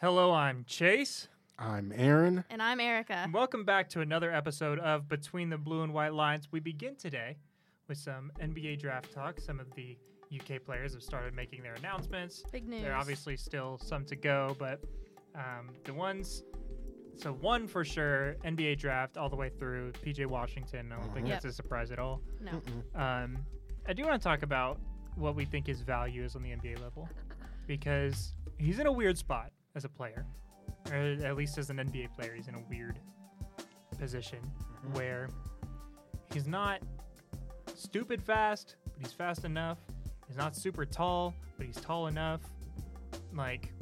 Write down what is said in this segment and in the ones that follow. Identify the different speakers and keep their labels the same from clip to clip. Speaker 1: Hello, I'm Chase.
Speaker 2: I'm Aaron.
Speaker 3: And I'm Erica.
Speaker 1: And welcome back to another episode of Between the Blue and White Lines. We begin today with some NBA draft talk. Some of the UK players have started making their announcements.
Speaker 3: Big news.
Speaker 1: There are obviously still some to go, but um, the ones, so one for sure, NBA draft all the way through, PJ Washington. I don't think
Speaker 2: Mhm.
Speaker 1: that's a surprise at all.
Speaker 3: No.
Speaker 1: Um, I do want to talk about what we think his value is on the NBA level because he's in a weird spot as a player, or at least as an NBA player, he's in a weird position where he's not stupid fast, but he's fast enough. He's not super tall, but he's tall enough. Like,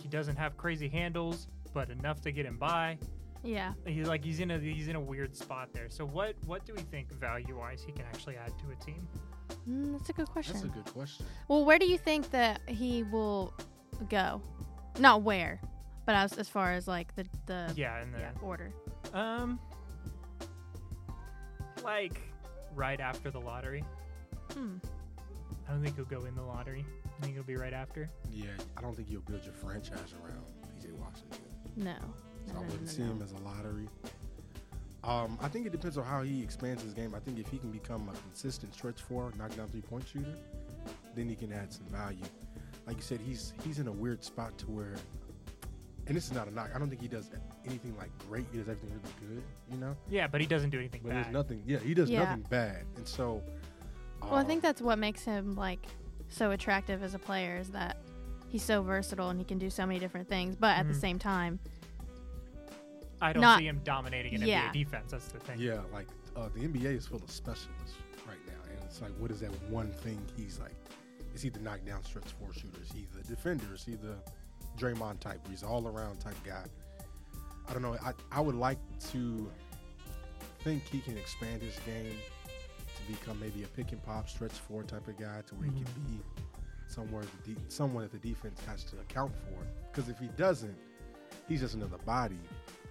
Speaker 1: he doesn't have crazy handles, but enough to get him by
Speaker 3: Yeah.
Speaker 1: he's like he's in a he's in a weird spot there. So what what do we think value wise he can actually add to a team?
Speaker 3: Mm, that's a good question.
Speaker 2: That's a good question.
Speaker 3: well, where do you think that he will go? Not where, but as, as far as like the, the
Speaker 1: Yeah, and
Speaker 3: yeah,
Speaker 1: then
Speaker 3: order.
Speaker 1: um like right after the lottery.
Speaker 3: Hmm.
Speaker 1: I don't think he'll go in the lottery. I think he'll be right after.
Speaker 2: Yeah, I don't think you'll build your franchise around PJ Washington.
Speaker 3: No.
Speaker 2: So
Speaker 3: No,
Speaker 2: I
Speaker 3: no,
Speaker 2: wouldn't
Speaker 3: no,
Speaker 2: see
Speaker 3: no.
Speaker 2: him as a lottery. Um, I think it depends on how he expands his game. I think if he can become a consistent stretch four, knockdown three point shooter, then he can add some value. Like you said, he's he's in a weird spot to where, and this is not a knock. I don't think he does anything like great. He does everything really good, you know.
Speaker 1: Yeah, but he doesn't do anything
Speaker 2: But
Speaker 1: bad.
Speaker 2: there's nothing. Yeah, he does
Speaker 3: Yeah.
Speaker 2: nothing bad, and so.
Speaker 3: Well, I
Speaker 2: um,
Speaker 3: think that's what makes him like so attractive as a player is that he's so versatile and he can do so many different things, but at the
Speaker 2: Mm-hmm.
Speaker 1: Mhm.
Speaker 3: same time,
Speaker 1: I don't
Speaker 3: not-
Speaker 1: see him dominating an
Speaker 3: Yeah.
Speaker 1: NBA defense. That's the thing.
Speaker 2: Yeah, like uh, the NBA is full of specialists right now, and it's like, what is that one thing he's like? Is he the knockdown stretch four shooter? Is he the defender? Is he the Draymond type? He's all around type guy. I don't know. I, I would like to think he can expand his game to become maybe a pick and pop stretch four type of guy to where he can
Speaker 3: Mm-hmm.
Speaker 2: be somewhere the de- someone that the defense has to account for. Because if he doesn't, he's just another body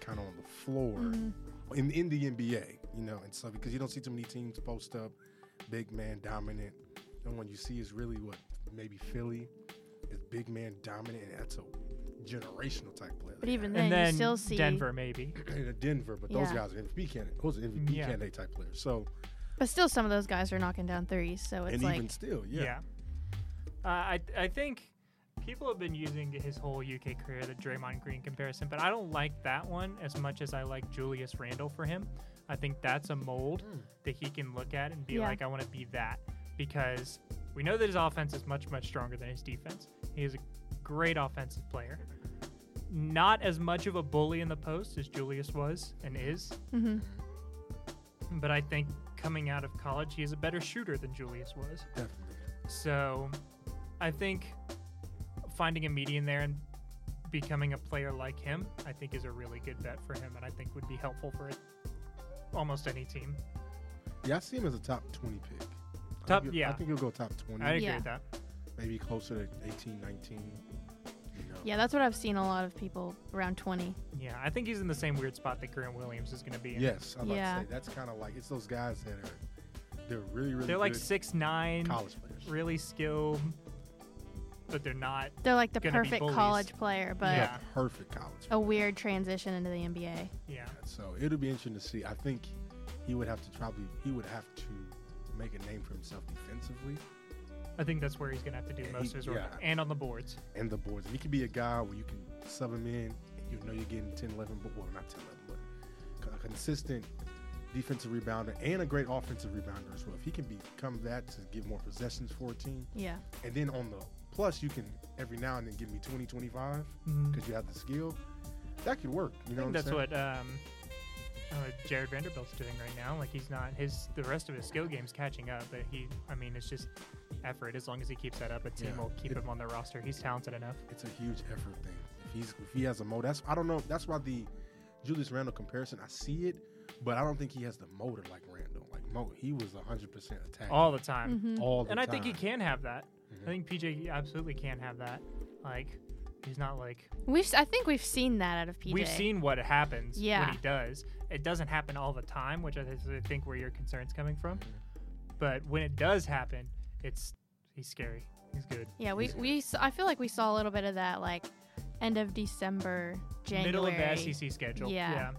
Speaker 2: kind of on the floor
Speaker 3: Mhm.
Speaker 2: in in the NBA, you know, and so because you don't see too many teams post up big man dominant, and when you see is really what maybe Philly is big man dominant, and that's a generational type player.
Speaker 3: but even then,
Speaker 1: And then
Speaker 3: you still see
Speaker 1: Denver maybe.
Speaker 2: in Denver, but those
Speaker 3: Yeah.
Speaker 2: guys are MVP candidate, those are MVP
Speaker 1: Yeah.
Speaker 2: candidate type players. So
Speaker 3: But still, some of those guys are knocking down threes, so it's
Speaker 2: and
Speaker 3: like
Speaker 2: even still, yeah,
Speaker 1: Yeah. Uh, I I think people have been using his whole UK career the Draymond Green comparison, but I don't like that one as much as I like Julius Randle for him. I think that's a mold
Speaker 2: Mm.
Speaker 1: that he can look at and be
Speaker 3: Yeah.
Speaker 1: like, I want to be that because we know that his offense is much much stronger than his defense. He is a great offensive player. Not as much of a bully in the post as Julius was and is,
Speaker 3: mhm.
Speaker 1: but I think coming out of college, he is a better shooter than Julius was.
Speaker 2: definitely.
Speaker 1: So I think finding a median there and becoming a player like him, I think is a really good bet for him and I think would be helpful for almost any team.
Speaker 2: Yeah, I see him as a top twenty pick. I
Speaker 1: Top-
Speaker 2: think he'll-
Speaker 1: yeah.
Speaker 2: I think he'll go top twenty,
Speaker 1: I agree
Speaker 3: Yeah.
Speaker 1: with that.
Speaker 2: maybe closer to 18, 19. You know.
Speaker 3: yeah, that's what I've seen a lot of people around twenty.
Speaker 1: Yeah, I think he's in the same weird spot that Grant Williams is going to be in.
Speaker 2: Yes, I'm about
Speaker 3: Yeah.
Speaker 2: to say that's kind of like it's those guys that are they're really really
Speaker 1: They're like
Speaker 2: good
Speaker 1: six nine,
Speaker 2: college players.
Speaker 1: really skilled, but they're not.
Speaker 3: They're like the
Speaker 1: Gonna be
Speaker 3: perfect
Speaker 1: bullies.
Speaker 3: college player, but
Speaker 1: Yeah.
Speaker 2: perfect college.
Speaker 3: a weird transition into the NBA.
Speaker 1: Yeah.
Speaker 2: So it'll be interesting to see. I think he would have to probably he would have to make a name for himself defensively
Speaker 1: I think that's where he's going to have to do
Speaker 2: Yeah,
Speaker 1: most
Speaker 2: he-
Speaker 1: of his work
Speaker 2: yeah.
Speaker 1: and on the boards.
Speaker 2: and the boards. If he could be a guy where you can sub him in and you know you're getting 10, 11, but well not 10, 11, but a consistent defensive rebounder and a great offensive rebounder as well. If he can become that to get more possessions for a team,
Speaker 3: Yeah,
Speaker 2: and then on the plus you can every now and then give me 20, 25
Speaker 1: Mhm.
Speaker 2: because you have the skill. That could work. You
Speaker 1: I
Speaker 2: know
Speaker 1: think
Speaker 2: what
Speaker 1: that's
Speaker 2: I'm saying?
Speaker 1: what um, uh, Jared Vanderbilt's doing right now. Like he's not his the rest of his skill game's catching up, but he I mean it's just effort. As long as he keeps that up, a team
Speaker 2: Yeah.
Speaker 1: will keep
Speaker 2: It-
Speaker 1: him on the roster. He's talented enough.
Speaker 2: it's a huge effort thing. If he's if he has a motor, that's I don't know. That's why the Julius Randle comparison, I see it, but I don't think he has the motor like Randle. Like Mo, he was hundred percent attack
Speaker 1: All the time.
Speaker 3: hmm
Speaker 2: all the
Speaker 1: And I
Speaker 2: time.
Speaker 1: think he can have that.
Speaker 2: Mhm.
Speaker 1: I think PJ absolutely can have that. Like he's not like
Speaker 3: we've s- I think we've seen that out of PJ.
Speaker 1: we've seen what happens
Speaker 3: Yeah.
Speaker 1: when he does. It doesn't happen all the time, which I th- I think where your concern's coming from.
Speaker 2: Mm-hmm.
Speaker 1: But when it does happen, it's he's scary. He's good.
Speaker 3: Yeah, we we s- I feel like we saw a little bit of that like end of December, January.
Speaker 1: middle of the SEC schedule.
Speaker 3: Yeah.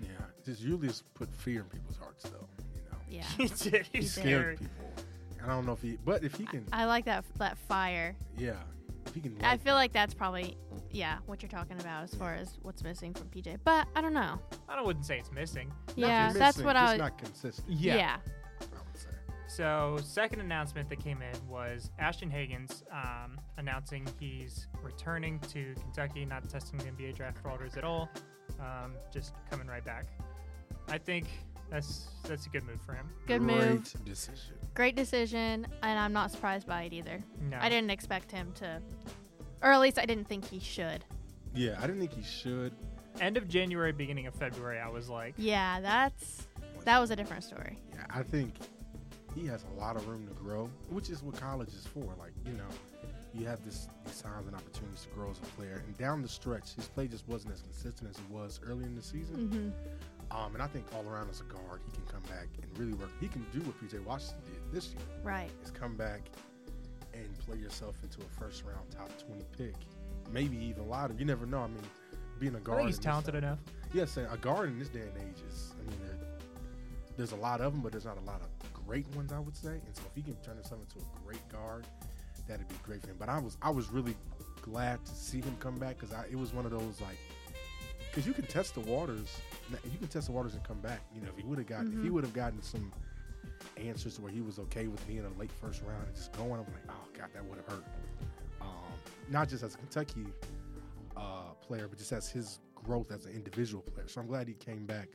Speaker 2: Yeah, just usually just put fear in people's hearts, though. You know,
Speaker 3: Yeah.
Speaker 1: yeah. he did. He
Speaker 3: He
Speaker 2: he
Speaker 1: scared.
Speaker 2: scared people. I don't know if he, but if he can,
Speaker 3: I like that that fire.
Speaker 2: yeah, if he can.
Speaker 3: I
Speaker 2: light
Speaker 3: feel like that's probably yeah what you're talking about as far as what's missing from PJ. But I don't know.
Speaker 1: I don't- wouldn't say it's missing.
Speaker 2: Nothing
Speaker 3: yeah,
Speaker 2: missing,
Speaker 3: that's what
Speaker 2: just
Speaker 3: I.
Speaker 2: not consistent.
Speaker 3: yeah.
Speaker 2: I would say.
Speaker 1: So, second announcement that came in was Ashton Hagens um, announcing he's returning to Kentucky, not testing the NBA draft frauders at all, um, just coming right back. I think that's that's a good move for him.
Speaker 3: Good
Speaker 2: Great
Speaker 3: move.
Speaker 2: decision.
Speaker 3: Great decision, and I'm not surprised by it either.
Speaker 1: No,
Speaker 3: I didn't expect him to, or at least I didn't think he should.
Speaker 2: Yeah, I didn't think he should.
Speaker 1: End of January, beginning of February, I was like,
Speaker 3: Yeah, that's that was a different story.
Speaker 2: Yeah, I think he has a lot of room to grow, which is what college is for. Like, you know, you have this these times and opportunities to grow as a player. And down the stretch, his play just wasn't as consistent as it was early in the season.
Speaker 3: Mm-hmm.
Speaker 2: Um, and I think all around as a guard, he can come back and really work. He can do what PJ Washington did this year:
Speaker 3: Right.
Speaker 2: is come back and play yourself into a first round top twenty pick, maybe even louder. You never know. I mean, being a
Speaker 1: I
Speaker 2: guard,
Speaker 1: think he's
Speaker 2: in this-
Speaker 1: talented enough.
Speaker 2: Yes, and a guard in this day and age is. I mean, there, there's a lot of them, but there's not a lot of great ones, I would say. And so, if he can turn himself into a great guard, that'd be great for him. But I was, I was really glad to see him come back because it was one of those like, because you can test the waters, you can test the waters and come back. You know, if he would have gotten, if he
Speaker 3: Mhm.
Speaker 2: would have gotten some answers where he was okay with being a late first round and just going, I'm like, oh god, that would have hurt. Um, not just as a Kentucky uh, player, but just as his growth as an individual player. So I'm glad he came back,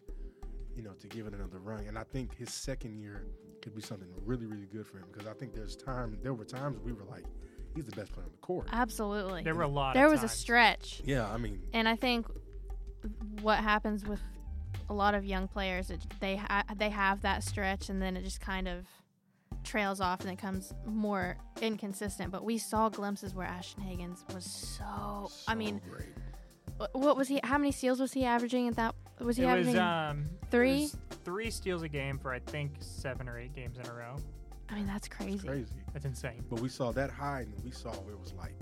Speaker 2: you know, to give it another run. And I think his second year could be something really, really good for him because I think there's time. There were times we were like, he's the best player on the court.
Speaker 3: Absolutely.
Speaker 1: There were a lot.
Speaker 3: There
Speaker 1: of
Speaker 3: was a
Speaker 1: times.
Speaker 3: stretch,
Speaker 2: yeah, I mean,
Speaker 3: and I think what happens with a lot of young players, it, they ha- they have that stretch, and then it just kind of trails off, and it comes more inconsistent. But we saw glimpses where Ashton Higgins was so. Oh, I
Speaker 2: so
Speaker 3: mean,
Speaker 2: great.
Speaker 3: wh- what was he? How many steals was he averaging at that? Was he
Speaker 1: it
Speaker 3: averaging?
Speaker 1: was um, it
Speaker 3: three?
Speaker 1: was three steals a game for I think seven or eight games in a row.
Speaker 3: I mean, that's
Speaker 2: it's
Speaker 3: crazy.
Speaker 2: crazy.
Speaker 1: That's insane.
Speaker 2: But we saw that high, and then we saw where it was like,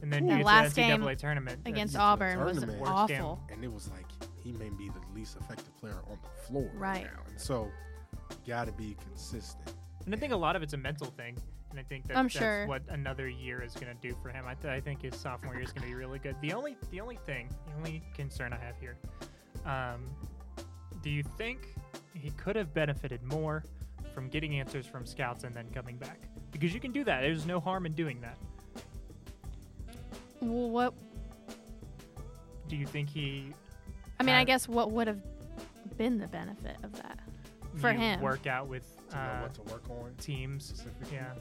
Speaker 1: And then
Speaker 2: Ooh.
Speaker 1: you
Speaker 2: That
Speaker 1: get
Speaker 3: last
Speaker 1: to the NCAA
Speaker 3: game
Speaker 1: tournament
Speaker 3: Against
Speaker 2: It's a
Speaker 3: Auburn was
Speaker 2: tournament.
Speaker 1: Worst game.
Speaker 3: awful.
Speaker 2: and it was like he may be the least effective player on the floor right,
Speaker 3: Right.
Speaker 2: now, and so got to be consistent.
Speaker 1: And I think a lot of it's a mental thing. And I think that
Speaker 3: I'm
Speaker 1: that's
Speaker 3: sure.
Speaker 1: what another year is going to do for him. I, th- I think his sophomore year is going to be really good. The only the only thing, the only concern I have here, um, do you think he could have benefited more from getting answers from scouts and then coming back? Because you can do that. There's no harm in doing that.
Speaker 3: Well, what?
Speaker 1: Do you think he
Speaker 3: I mean, I
Speaker 1: Uh,
Speaker 3: guess what would have been the benefit of that? For
Speaker 1: you
Speaker 3: him.
Speaker 1: work out with
Speaker 2: To know
Speaker 1: uh,
Speaker 2: what to work on.
Speaker 1: teams?
Speaker 2: specifically.
Speaker 1: Yeah.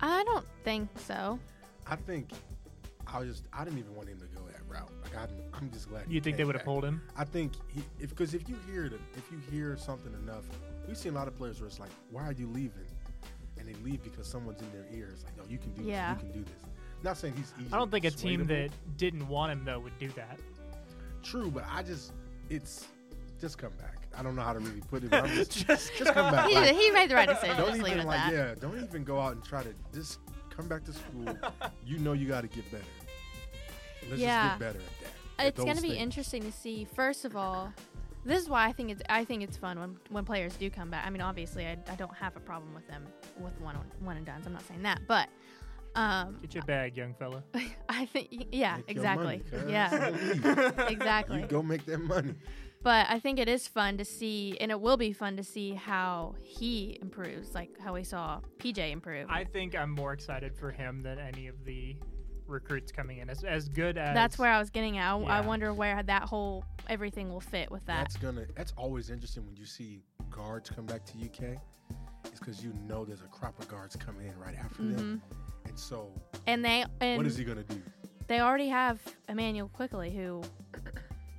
Speaker 3: I don't think so.
Speaker 2: I think I just I didn't even want him to go that route. Like I'm, I'm just glad. he
Speaker 1: You think they
Speaker 2: came
Speaker 1: would have
Speaker 2: back.
Speaker 1: pulled him?
Speaker 2: I think he, if because if you hear it, if you hear something enough, we've seen a lot of players where it's like, why are you leaving? And they leave because someone's in their ears like, no, you can do
Speaker 3: Yeah.
Speaker 2: this, you can do this. Not saying he's easy.
Speaker 1: I don't think a team
Speaker 2: persuadable.
Speaker 1: that didn't want him though would do that.
Speaker 2: True, but I just it's just come back. I don't know how to really put it. But I'm just,
Speaker 1: Just
Speaker 2: just come back.
Speaker 3: He,
Speaker 2: Like,
Speaker 3: he made the right decision.
Speaker 2: don't
Speaker 3: Let's leave it
Speaker 2: even
Speaker 3: at
Speaker 2: like
Speaker 3: that.
Speaker 2: yeah. Don't even go out and try to just come back to school. you know you got to get better. Let's
Speaker 3: Yeah.
Speaker 2: just get better at that. at
Speaker 3: It's going
Speaker 2: those
Speaker 3: to be
Speaker 2: things.
Speaker 3: interesting to see. First of all, this is why I think it's I think it's fun when, when players do come back. I mean, obviously, I, I don't have a problem with them with one on, one and done. I'm not saying that, but um,
Speaker 1: Get your bag, young fella.
Speaker 3: I think yeah,
Speaker 2: Make your money,
Speaker 3: exactly,
Speaker 2: cuz.
Speaker 3: yeah, exactly.
Speaker 2: You go make that money.
Speaker 3: But I think it is fun to see, and it will be fun to see how he improves, like how we saw PJ improve.
Speaker 1: I think I'm more excited for him than any of the recruits coming in. As, as good as
Speaker 3: That's where I was getting at. I, I
Speaker 1: Yeah.
Speaker 3: wonder where that whole everything will fit with that.
Speaker 2: That's gonna. That's always interesting when you see guards come back to UK. It's because you know there's a crop of guards coming in right after them, and so
Speaker 3: and they Mm-hmm. and
Speaker 2: what is he gonna do?
Speaker 3: they already have Emmanuel Quickly, who,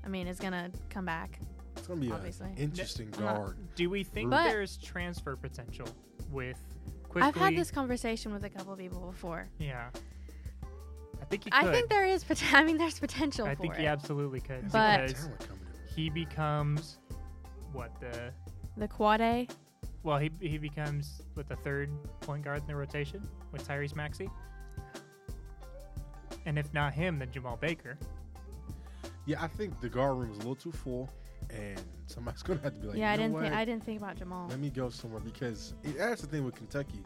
Speaker 3: I mean, is gonna come back.
Speaker 2: It's gonna be
Speaker 3: Obviously.
Speaker 2: an interesting
Speaker 1: I'm not-
Speaker 2: guard.
Speaker 1: do we think
Speaker 3: But-
Speaker 1: there's transfer potential with quickly?
Speaker 3: I've had this conversation with a couple people before.
Speaker 1: Yeah, I think he could.
Speaker 3: I think there is. pot- I mean, there's potential
Speaker 1: I
Speaker 3: for
Speaker 1: think
Speaker 3: it.
Speaker 1: he absolutely could
Speaker 2: There's a lot
Speaker 3: But-
Speaker 2: of
Speaker 1: because
Speaker 2: talent coming in.
Speaker 1: he becomes what the
Speaker 3: The quad A.
Speaker 1: well he he becomes what the third point guard in the rotation with Tyrese Maxey. and if not him, then Jamal Baker.
Speaker 2: Yeah, I think the guard room is a little too full, and somebody's gonna have to be like,
Speaker 3: yeah, I
Speaker 2: "You know
Speaker 3: didn't.
Speaker 2: what?
Speaker 3: Think, I didn't think about Jamal.
Speaker 2: Let me go somewhere because it, that's the thing with Kentucky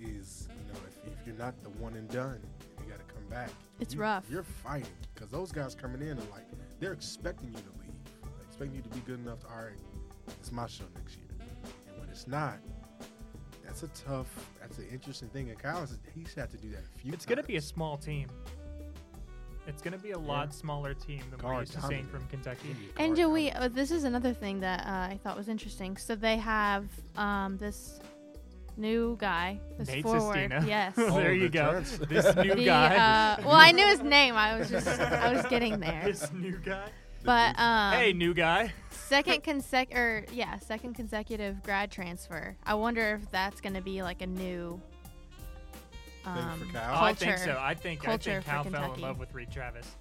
Speaker 2: is you know if, if you're not the one and done, you got to come back.
Speaker 3: It's
Speaker 2: You-
Speaker 3: rough.
Speaker 2: You're fighting because those guys coming in are like they're expecting you to leave, They're expecting you to be good enough. To, All right, it's my show next year, and when it's not, that's a tough. That's an interesting thing. And Kyle has- he's had to do that a few.
Speaker 1: It's going to be a
Speaker 2: times.
Speaker 1: small team. It's going to be a lot smaller team than we're
Speaker 2: Guard
Speaker 1: used to seeing
Speaker 2: dominant.
Speaker 1: from Kentucky.
Speaker 3: And do we?
Speaker 2: Guard
Speaker 3: Uh, this is another thing that uh, I thought was interesting. So they have um, this new guy, this
Speaker 1: Nate
Speaker 3: forward.
Speaker 1: Sestina.
Speaker 3: Yes.
Speaker 2: Oh,
Speaker 1: there you
Speaker 2: the
Speaker 1: go.
Speaker 2: transfer.
Speaker 1: This new
Speaker 3: The,
Speaker 1: guy.
Speaker 3: uh, well, I knew his name. I was just, I was getting there.
Speaker 1: this new guy.
Speaker 3: But um,
Speaker 1: hey, new guy.
Speaker 3: second consec or yeah, second consecutive grad transfer. I wonder if that's going to be like a new. Um,
Speaker 2: for
Speaker 1: Oh,
Speaker 2: Cal?
Speaker 1: I think
Speaker 3: culture.
Speaker 1: so. I think I
Speaker 3: Culture
Speaker 1: think
Speaker 3: for
Speaker 1: Cal fell in
Speaker 3: Kentucky.
Speaker 1: love with Reed Travis.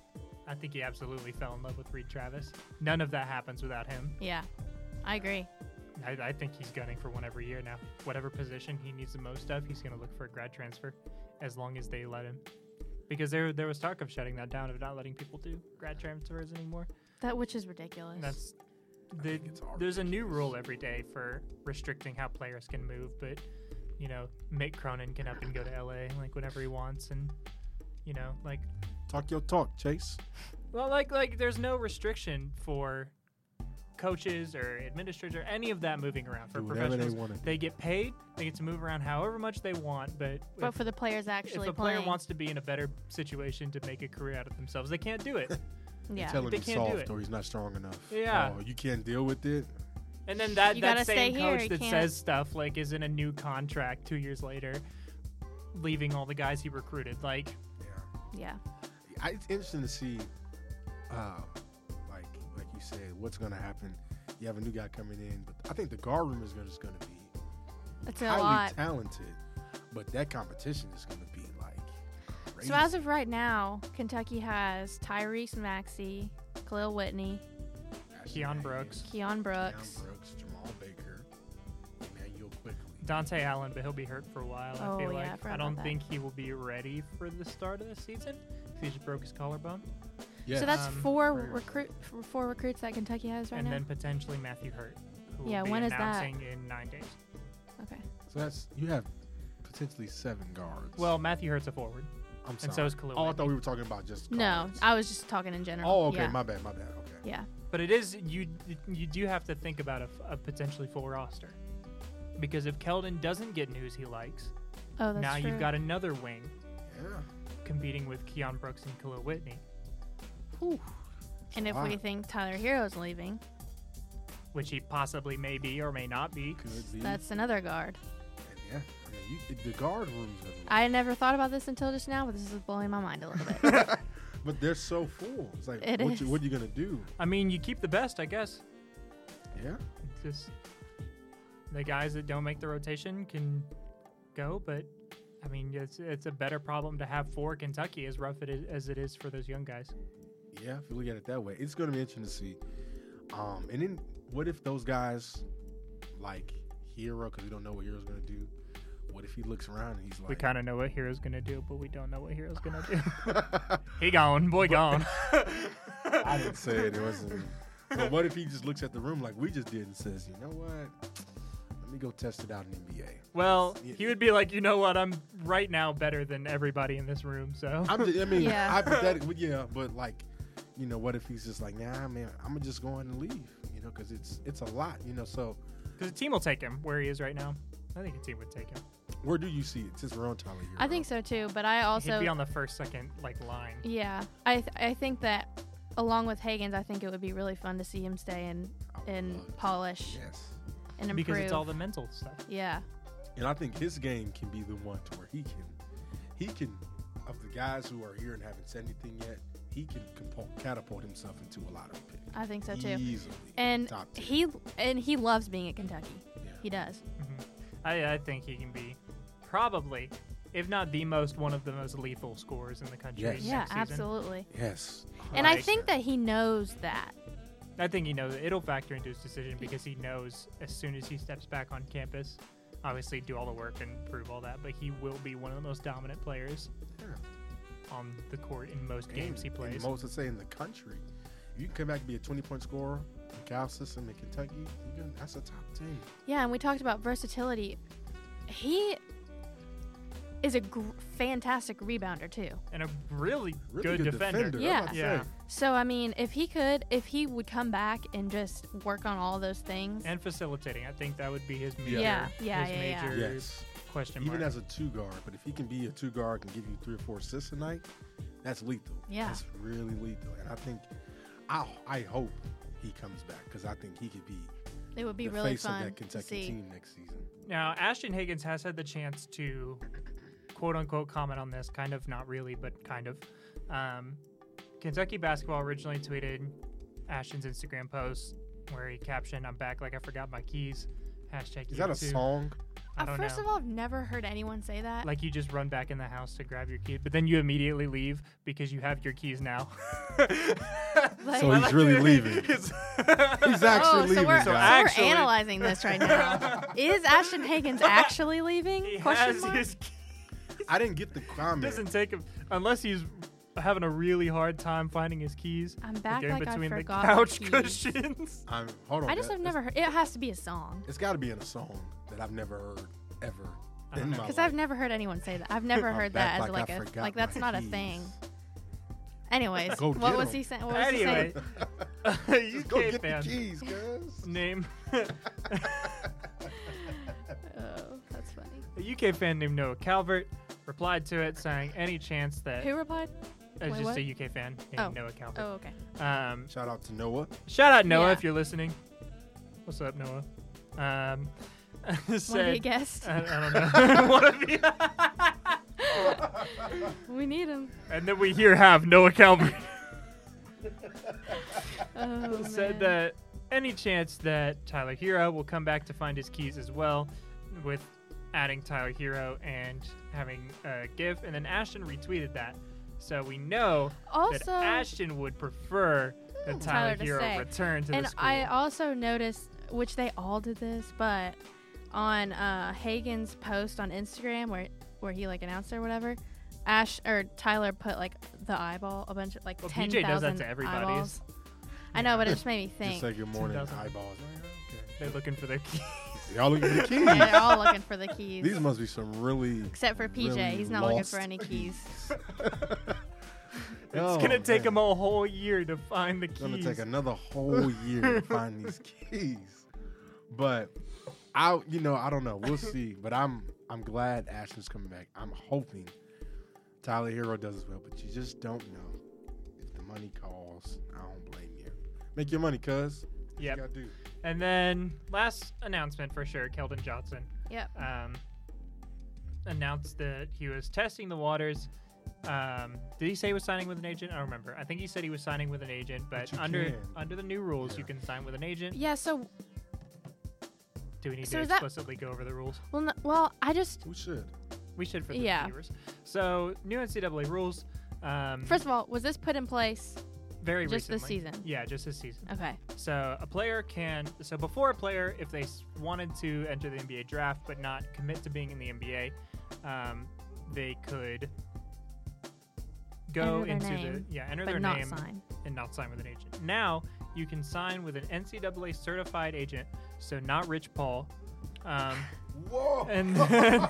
Speaker 1: I think he absolutely fell in love with Reed Travis. None of that happens without him.
Speaker 3: Yeah, I agree.
Speaker 1: I, I think he's gunning for one every year now. Whatever position he needs the most of, he's going to look for a grad transfer, as long as they let him. Because there there was talk of shutting that down, of not letting people do grad transfers anymore.
Speaker 3: That which is ridiculous.
Speaker 1: And that's the,
Speaker 2: think it's all
Speaker 1: there's a new
Speaker 2: ridiculous.
Speaker 1: rule every day for restricting how players can move, but you know Mick Cronin can up and go to LA like whenever he wants, and you know like
Speaker 2: Talk your talk, Chase.
Speaker 1: Well, like like there's no restriction for coaches or administrators or any of that moving around for
Speaker 2: Do whatever
Speaker 1: professionals.
Speaker 2: they
Speaker 1: They,
Speaker 2: want to
Speaker 1: get paid, they get to move around however much they want, but,
Speaker 3: but
Speaker 1: if,
Speaker 3: for the players
Speaker 1: if
Speaker 3: actually
Speaker 1: a player
Speaker 3: playing,
Speaker 1: wants to be in a better situation to make a career out of themselves, they can't do it.
Speaker 3: yeah,
Speaker 2: Tell him
Speaker 1: They
Speaker 2: he's
Speaker 1: can't do
Speaker 2: soft
Speaker 1: it.
Speaker 2: or he's not strong enough.
Speaker 1: Yeah.
Speaker 2: Oh, you can't deal with it.
Speaker 1: And then that
Speaker 3: You
Speaker 1: that
Speaker 3: gotta
Speaker 1: same
Speaker 3: stay here,
Speaker 1: coach
Speaker 3: you
Speaker 1: that
Speaker 3: can't-
Speaker 1: says stuff like is in a new contract 2 years later leaving all the guys he recruited like
Speaker 2: Yeah.
Speaker 3: yeah.
Speaker 2: I, it's interesting to see, um, like like you said, what's going to happen. You have a new guy coming in, but I think the guard room is gonna, just going to be
Speaker 3: It's a
Speaker 2: highly
Speaker 3: lot.
Speaker 2: talented. But that competition is going to be like crazy.
Speaker 3: So as of right now, Kentucky has Tyrese Maxey, Khalil Whitney,
Speaker 2: Ashton
Speaker 1: Keon
Speaker 2: Agnew,
Speaker 1: Brooks.
Speaker 3: Keon
Speaker 2: Keon
Speaker 3: Brooks.
Speaker 2: Brooks, Jamal Baker, Emmanuel Quickly.
Speaker 1: Dante Allen, but he'll be hurt for a while. I
Speaker 3: Oh,
Speaker 1: feel
Speaker 3: yeah, I
Speaker 1: like
Speaker 3: forgot
Speaker 1: I don't
Speaker 3: about that.
Speaker 1: think he will be ready for the start of the season. He just broke his collarbone.
Speaker 2: Yes.
Speaker 3: So that's
Speaker 1: Um,
Speaker 3: four
Speaker 2: very
Speaker 3: recruit f- four recruits that Kentucky has right
Speaker 1: and
Speaker 3: now.
Speaker 1: then potentially Matthew Hurt, who
Speaker 3: Yeah,
Speaker 1: will be
Speaker 3: when is that?
Speaker 1: announcing in nine days.
Speaker 3: okay.
Speaker 2: so that's you have potentially seven guards.
Speaker 1: Well, Matthew Hurt's a forward,
Speaker 2: I'm sorry.
Speaker 1: and so is Khalil.
Speaker 2: oh, I
Speaker 1: Whitney.
Speaker 2: thought we were talking about just
Speaker 3: No,
Speaker 2: guards.
Speaker 3: I was just talking in general.
Speaker 2: oh, okay.
Speaker 3: Yeah.
Speaker 2: My bad. My bad. Okay.
Speaker 3: yeah.
Speaker 1: But it is you. You do have to think about a, a potentially full roster, because if Keldon doesn't get news he likes,
Speaker 3: Oh, that's
Speaker 1: now
Speaker 3: true.
Speaker 1: you've got another wing
Speaker 2: Yeah.
Speaker 1: competing with Keon Brooks and Khalil Whitney,
Speaker 3: and if we
Speaker 2: Wow. Mm-hmm.
Speaker 3: think Tyler Hero's leaving,
Speaker 1: which he possibly may be or may not be.
Speaker 2: Could be.
Speaker 3: that's another guard.
Speaker 2: And yeah, I mean, you, the guard rooms are.
Speaker 3: I never thought about this until just now, but this is blowing my mind a little bit.
Speaker 2: but they're so full. It's like,
Speaker 3: It
Speaker 2: what,
Speaker 3: is.
Speaker 2: You, what are you gonna do?
Speaker 1: I mean, you keep the best, I guess.
Speaker 2: Yeah,
Speaker 1: It's just the guys that don't make the rotation can go, but I mean, it's it's a better problem to have for Kentucky, as rough it is, as it is for those young guys.
Speaker 2: yeah. If you look at it that way, it's gonna be interesting to see. Um, and then what if those guys, like Hero, because we don't know what Hero's gonna do. What if he looks around and he's like,
Speaker 1: we kind of know what Hero's gonna do, but we don't know what Hero's gonna do.
Speaker 2: of.
Speaker 1: he gone, boy gone.
Speaker 2: I didn't say it. It wasn't. But what if he just looks at the room like we just did and says, you know what? Let me go test it out in NBA.
Speaker 1: well,
Speaker 2: Yeah.
Speaker 1: he would be like, you know what? I'm right now better than everybody in this room. So
Speaker 2: I'm just, I mean,
Speaker 3: Yeah.
Speaker 2: hypothetically, yeah, but like, you know, what if he's just like, nah, man, I'm gonna just go in and leave, you know, because it's it's a lot, you know. So
Speaker 1: because the team will take him where he is right now. I think the team would take him.
Speaker 2: where do you see it since we're on Tyler Hero?
Speaker 3: I think so too, but I also
Speaker 1: He'd be on the first, second like line.
Speaker 3: Yeah, I th- I think that along with Hagen's, I think it would be really fun to see him stay and
Speaker 2: I would
Speaker 3: and
Speaker 2: love to-
Speaker 3: polish
Speaker 2: Yes,
Speaker 3: and improve.
Speaker 1: Because it's all the mental stuff.
Speaker 3: yeah,
Speaker 2: and I think his game can be the one to where he can, he can, of the guys who are here and haven't said anything yet, he can compo- catapult himself into a lottery pick
Speaker 3: I think so too.
Speaker 2: easily.
Speaker 3: And
Speaker 2: top tier.
Speaker 3: he and he loves being at Kentucky.
Speaker 2: Yeah.
Speaker 3: He does.
Speaker 1: I, I think he can be probably, if not the most, one of the most lethal scorers in the country.
Speaker 2: Yes.
Speaker 1: Next
Speaker 3: yeah,
Speaker 1: season.
Speaker 3: absolutely.
Speaker 2: yes,
Speaker 3: And I
Speaker 1: Like-
Speaker 3: think that he knows that.
Speaker 1: I think he knows it. it'll factor into his decision because he knows as soon as he steps back on campus, obviously do all the work and prove all that, but he will be one of the most dominant players.
Speaker 2: Yeah.
Speaker 1: on the court in most games he
Speaker 2: And-
Speaker 1: plays.
Speaker 2: And most would say in the country, you can come back and be a 20 point scorer in Cal system in Kentucky. You can, that's a top 10.
Speaker 3: Yeah, and we talked about versatility. He is a gr- fantastic rebounder too.
Speaker 1: and a really,
Speaker 2: Really
Speaker 1: good, defender.
Speaker 2: I'm
Speaker 3: Yeah.
Speaker 2: about to
Speaker 1: Yeah.
Speaker 2: say.
Speaker 3: So I mean, if he could, if he would come back and just work on all those things.
Speaker 1: And facilitating. I think that would be his major,
Speaker 3: Yeah. Yeah,
Speaker 1: his
Speaker 3: yeah, yeah.
Speaker 1: major
Speaker 2: Yes.
Speaker 1: question mark.
Speaker 2: Even as a two guard, but if he can be a two guard and give you three or four assists a night, that's lethal.
Speaker 3: Yeah.
Speaker 2: That's really lethal. And I think, I, I hope he comes back because I think he could be
Speaker 3: it would be
Speaker 2: the
Speaker 3: really
Speaker 2: face of
Speaker 3: fun
Speaker 2: that
Speaker 3: to
Speaker 2: Kentucky
Speaker 3: see.
Speaker 2: team next season.
Speaker 1: Now, Ashton Higgins has had the chance to quote unquote comment on this, kind of, not really, but kind of. Um, Kentucky basketball originally tweeted Ashton's Instagram post where he captioned, I'm back like I forgot my keys. Hashtag
Speaker 2: Is that a
Speaker 1: YouTube."
Speaker 2: song?
Speaker 1: I
Speaker 3: Uh,
Speaker 1: don't
Speaker 3: first
Speaker 1: know.
Speaker 3: of all, I've never heard anyone say that.
Speaker 1: like you just run back in the house to grab your key, but then you immediately leave because you have your keys now.
Speaker 3: Like-
Speaker 2: So he's really leaving.
Speaker 1: He's
Speaker 2: He's actually
Speaker 3: oh, so
Speaker 2: leaving.
Speaker 3: we're,
Speaker 2: guys.
Speaker 1: So
Speaker 3: so
Speaker 1: actually-
Speaker 3: we're analyzing this right now. is Ashton Higgins actually leaving?
Speaker 1: he
Speaker 3: Question
Speaker 1: has
Speaker 3: mark?
Speaker 1: his keys.
Speaker 2: I didn't get the comment.
Speaker 1: doesn't take him unless he's having a really hard time finding his keys.
Speaker 3: I'm back
Speaker 1: They're in
Speaker 3: like I
Speaker 1: between the
Speaker 3: forgot my
Speaker 1: couch
Speaker 3: keys.
Speaker 1: cushions.
Speaker 2: I'm, hold on.
Speaker 3: I just
Speaker 2: that- that's-
Speaker 3: have never heard. It has to be a song
Speaker 2: It's got to be in a song that I've never heard ever.
Speaker 1: I don't
Speaker 2: In
Speaker 1: know.
Speaker 2: my
Speaker 3: because I've
Speaker 2: life.
Speaker 3: never heard anyone say that. I've
Speaker 1: Oh,
Speaker 3: never
Speaker 2: I'm
Speaker 3: heard
Speaker 2: back
Speaker 3: that as like
Speaker 2: I
Speaker 3: a
Speaker 2: forgot
Speaker 3: like that's
Speaker 2: my
Speaker 3: not a
Speaker 2: keys.
Speaker 3: thing. Anyways,
Speaker 2: Go
Speaker 3: what
Speaker 2: get
Speaker 3: was
Speaker 2: 'em.
Speaker 3: he saying? What was he
Speaker 1: Anyway,
Speaker 3: saying?
Speaker 1: you
Speaker 2: Just go
Speaker 1: can't
Speaker 2: get
Speaker 1: fan
Speaker 2: the keys, guys.
Speaker 1: name
Speaker 3: Oh, that's funny.
Speaker 1: a UK fan named Noah Calvert replied to it saying any chance that
Speaker 3: Who replied?
Speaker 1: uh,
Speaker 3: wait,
Speaker 1: just
Speaker 3: what?
Speaker 1: a UK fan named
Speaker 3: Oh.
Speaker 1: Noah Calvert.
Speaker 3: Oh, okay.
Speaker 1: Um,
Speaker 2: Shout out to Noah.
Speaker 1: shout out Noah
Speaker 3: Yeah.
Speaker 1: if you're listening. What's up, Noah? Um,
Speaker 3: One of you
Speaker 1: said- uh,
Speaker 3: guessed.
Speaker 1: I, I don't know. One of you.
Speaker 3: we need him.
Speaker 1: And then we here have Noah Calvert.
Speaker 3: Oh,
Speaker 1: said
Speaker 3: man.
Speaker 1: that any chance that Tyler Hero will come back to find his keys as well, with adding Tyler Hero and having a GIF. And then Ashton retweeted that. So we know that
Speaker 3: Also, hmm,
Speaker 1: Ashton would prefer that Tyler,
Speaker 3: Tyler to
Speaker 1: Hero
Speaker 3: stay.
Speaker 1: return to
Speaker 3: and
Speaker 1: the school.
Speaker 3: I also noticed, which they all did this, but on uh, Hagen's post on Instagram where where he like announced it or whatever, Ash or Tyler put like the eyeball, a bunch of like
Speaker 1: Well,
Speaker 3: ten
Speaker 1: PJ does that
Speaker 3: thousand
Speaker 1: to everybody's.
Speaker 3: eyeballs. I know, but it just made me
Speaker 2: Just
Speaker 3: think.
Speaker 2: say good morning,
Speaker 1: 2000.
Speaker 2: eyeballs.
Speaker 1: They're looking for their keys.
Speaker 2: Okay. Y'all looking for
Speaker 3: Yeah,
Speaker 2: the
Speaker 3: they're all looking for the
Speaker 2: keys.
Speaker 3: keys.
Speaker 2: These must be some really.
Speaker 3: Except for PJ,
Speaker 2: really
Speaker 3: he's not looking
Speaker 2: lost
Speaker 3: for any keys.
Speaker 1: It's
Speaker 2: Oh,
Speaker 1: gonna take him a whole year to find the keys.
Speaker 2: It's gonna take another whole year to find these keys. But I, you know, I don't know. We'll see. But I'm, I'm glad Ashton's coming back. I'm hoping Tyler Hero does as well. But you just don't know if the money calls. I don't blame you. Make your money, cuz. That's what you
Speaker 1: Yep.
Speaker 2: gotta do.
Speaker 1: And then last announcement for sure, Keldon Johnson.
Speaker 3: Yep.
Speaker 1: Um, announced that he was testing the waters. Um, did he say he was signing with an agent? I don't remember. I think he said he was signing with an agent, but,
Speaker 2: But you
Speaker 1: under
Speaker 2: can.
Speaker 1: under the new rules, you
Speaker 2: Yeah.
Speaker 1: can sign with an agent.
Speaker 3: Yeah. So,
Speaker 1: Do we need
Speaker 3: So
Speaker 1: to
Speaker 3: is that-
Speaker 1: explicitly go over the rules?
Speaker 3: well, no, well, I just
Speaker 2: We should.
Speaker 1: We should for the
Speaker 3: Yeah.
Speaker 1: viewers. So new NCAA rules. Um,
Speaker 3: first of all, was this put in place?
Speaker 1: very
Speaker 3: just this
Speaker 1: recently.
Speaker 3: season?
Speaker 1: Yeah, just this season.
Speaker 3: Okay.
Speaker 1: So a player can so before a player, if they s- wanted to enter the NBA draft but not commit to being in the NBA, um, they could go
Speaker 3: Enter
Speaker 1: into
Speaker 3: their name,
Speaker 1: the yeah enter
Speaker 3: but
Speaker 1: their
Speaker 3: not
Speaker 1: name
Speaker 3: sign.
Speaker 1: and not sign with an agent. Now you can sign with an NCAA certified agent, so not Rich Paul. Um,
Speaker 2: Whoa.
Speaker 1: and then,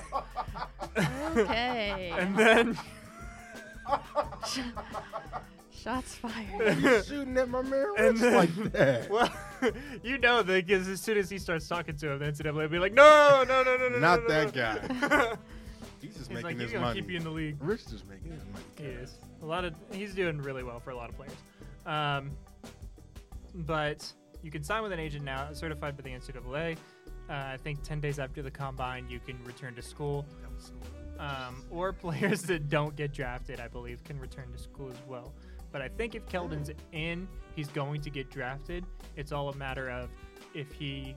Speaker 3: Okay.
Speaker 1: and then
Speaker 3: Shots fired.
Speaker 2: You shooting at my man
Speaker 1: And
Speaker 2: Rich
Speaker 1: then-
Speaker 2: like that.
Speaker 1: well, you know that because as soon as he starts talking to him, the NCAA will be like, no, no, no, no, no,
Speaker 2: Not
Speaker 1: no, no,
Speaker 2: that
Speaker 1: no."
Speaker 2: guy. He's just
Speaker 1: He's
Speaker 2: making
Speaker 1: like, he's
Speaker 2: his
Speaker 1: gonna
Speaker 2: money.
Speaker 1: keep you in the league.
Speaker 2: Rich is making his money.
Speaker 1: He
Speaker 2: cuz.
Speaker 1: is a lot of. He's doing really well for a lot of players. Um, but you can sign with an agent now, certified by the NCAA. Uh, I think 10 days after the combine, you can return to school.
Speaker 2: That was so-
Speaker 1: Um, or players that don't get drafted, I believe, can return to school as well. But I think if Keldon's in, he's going to get drafted. It's all a matter of if he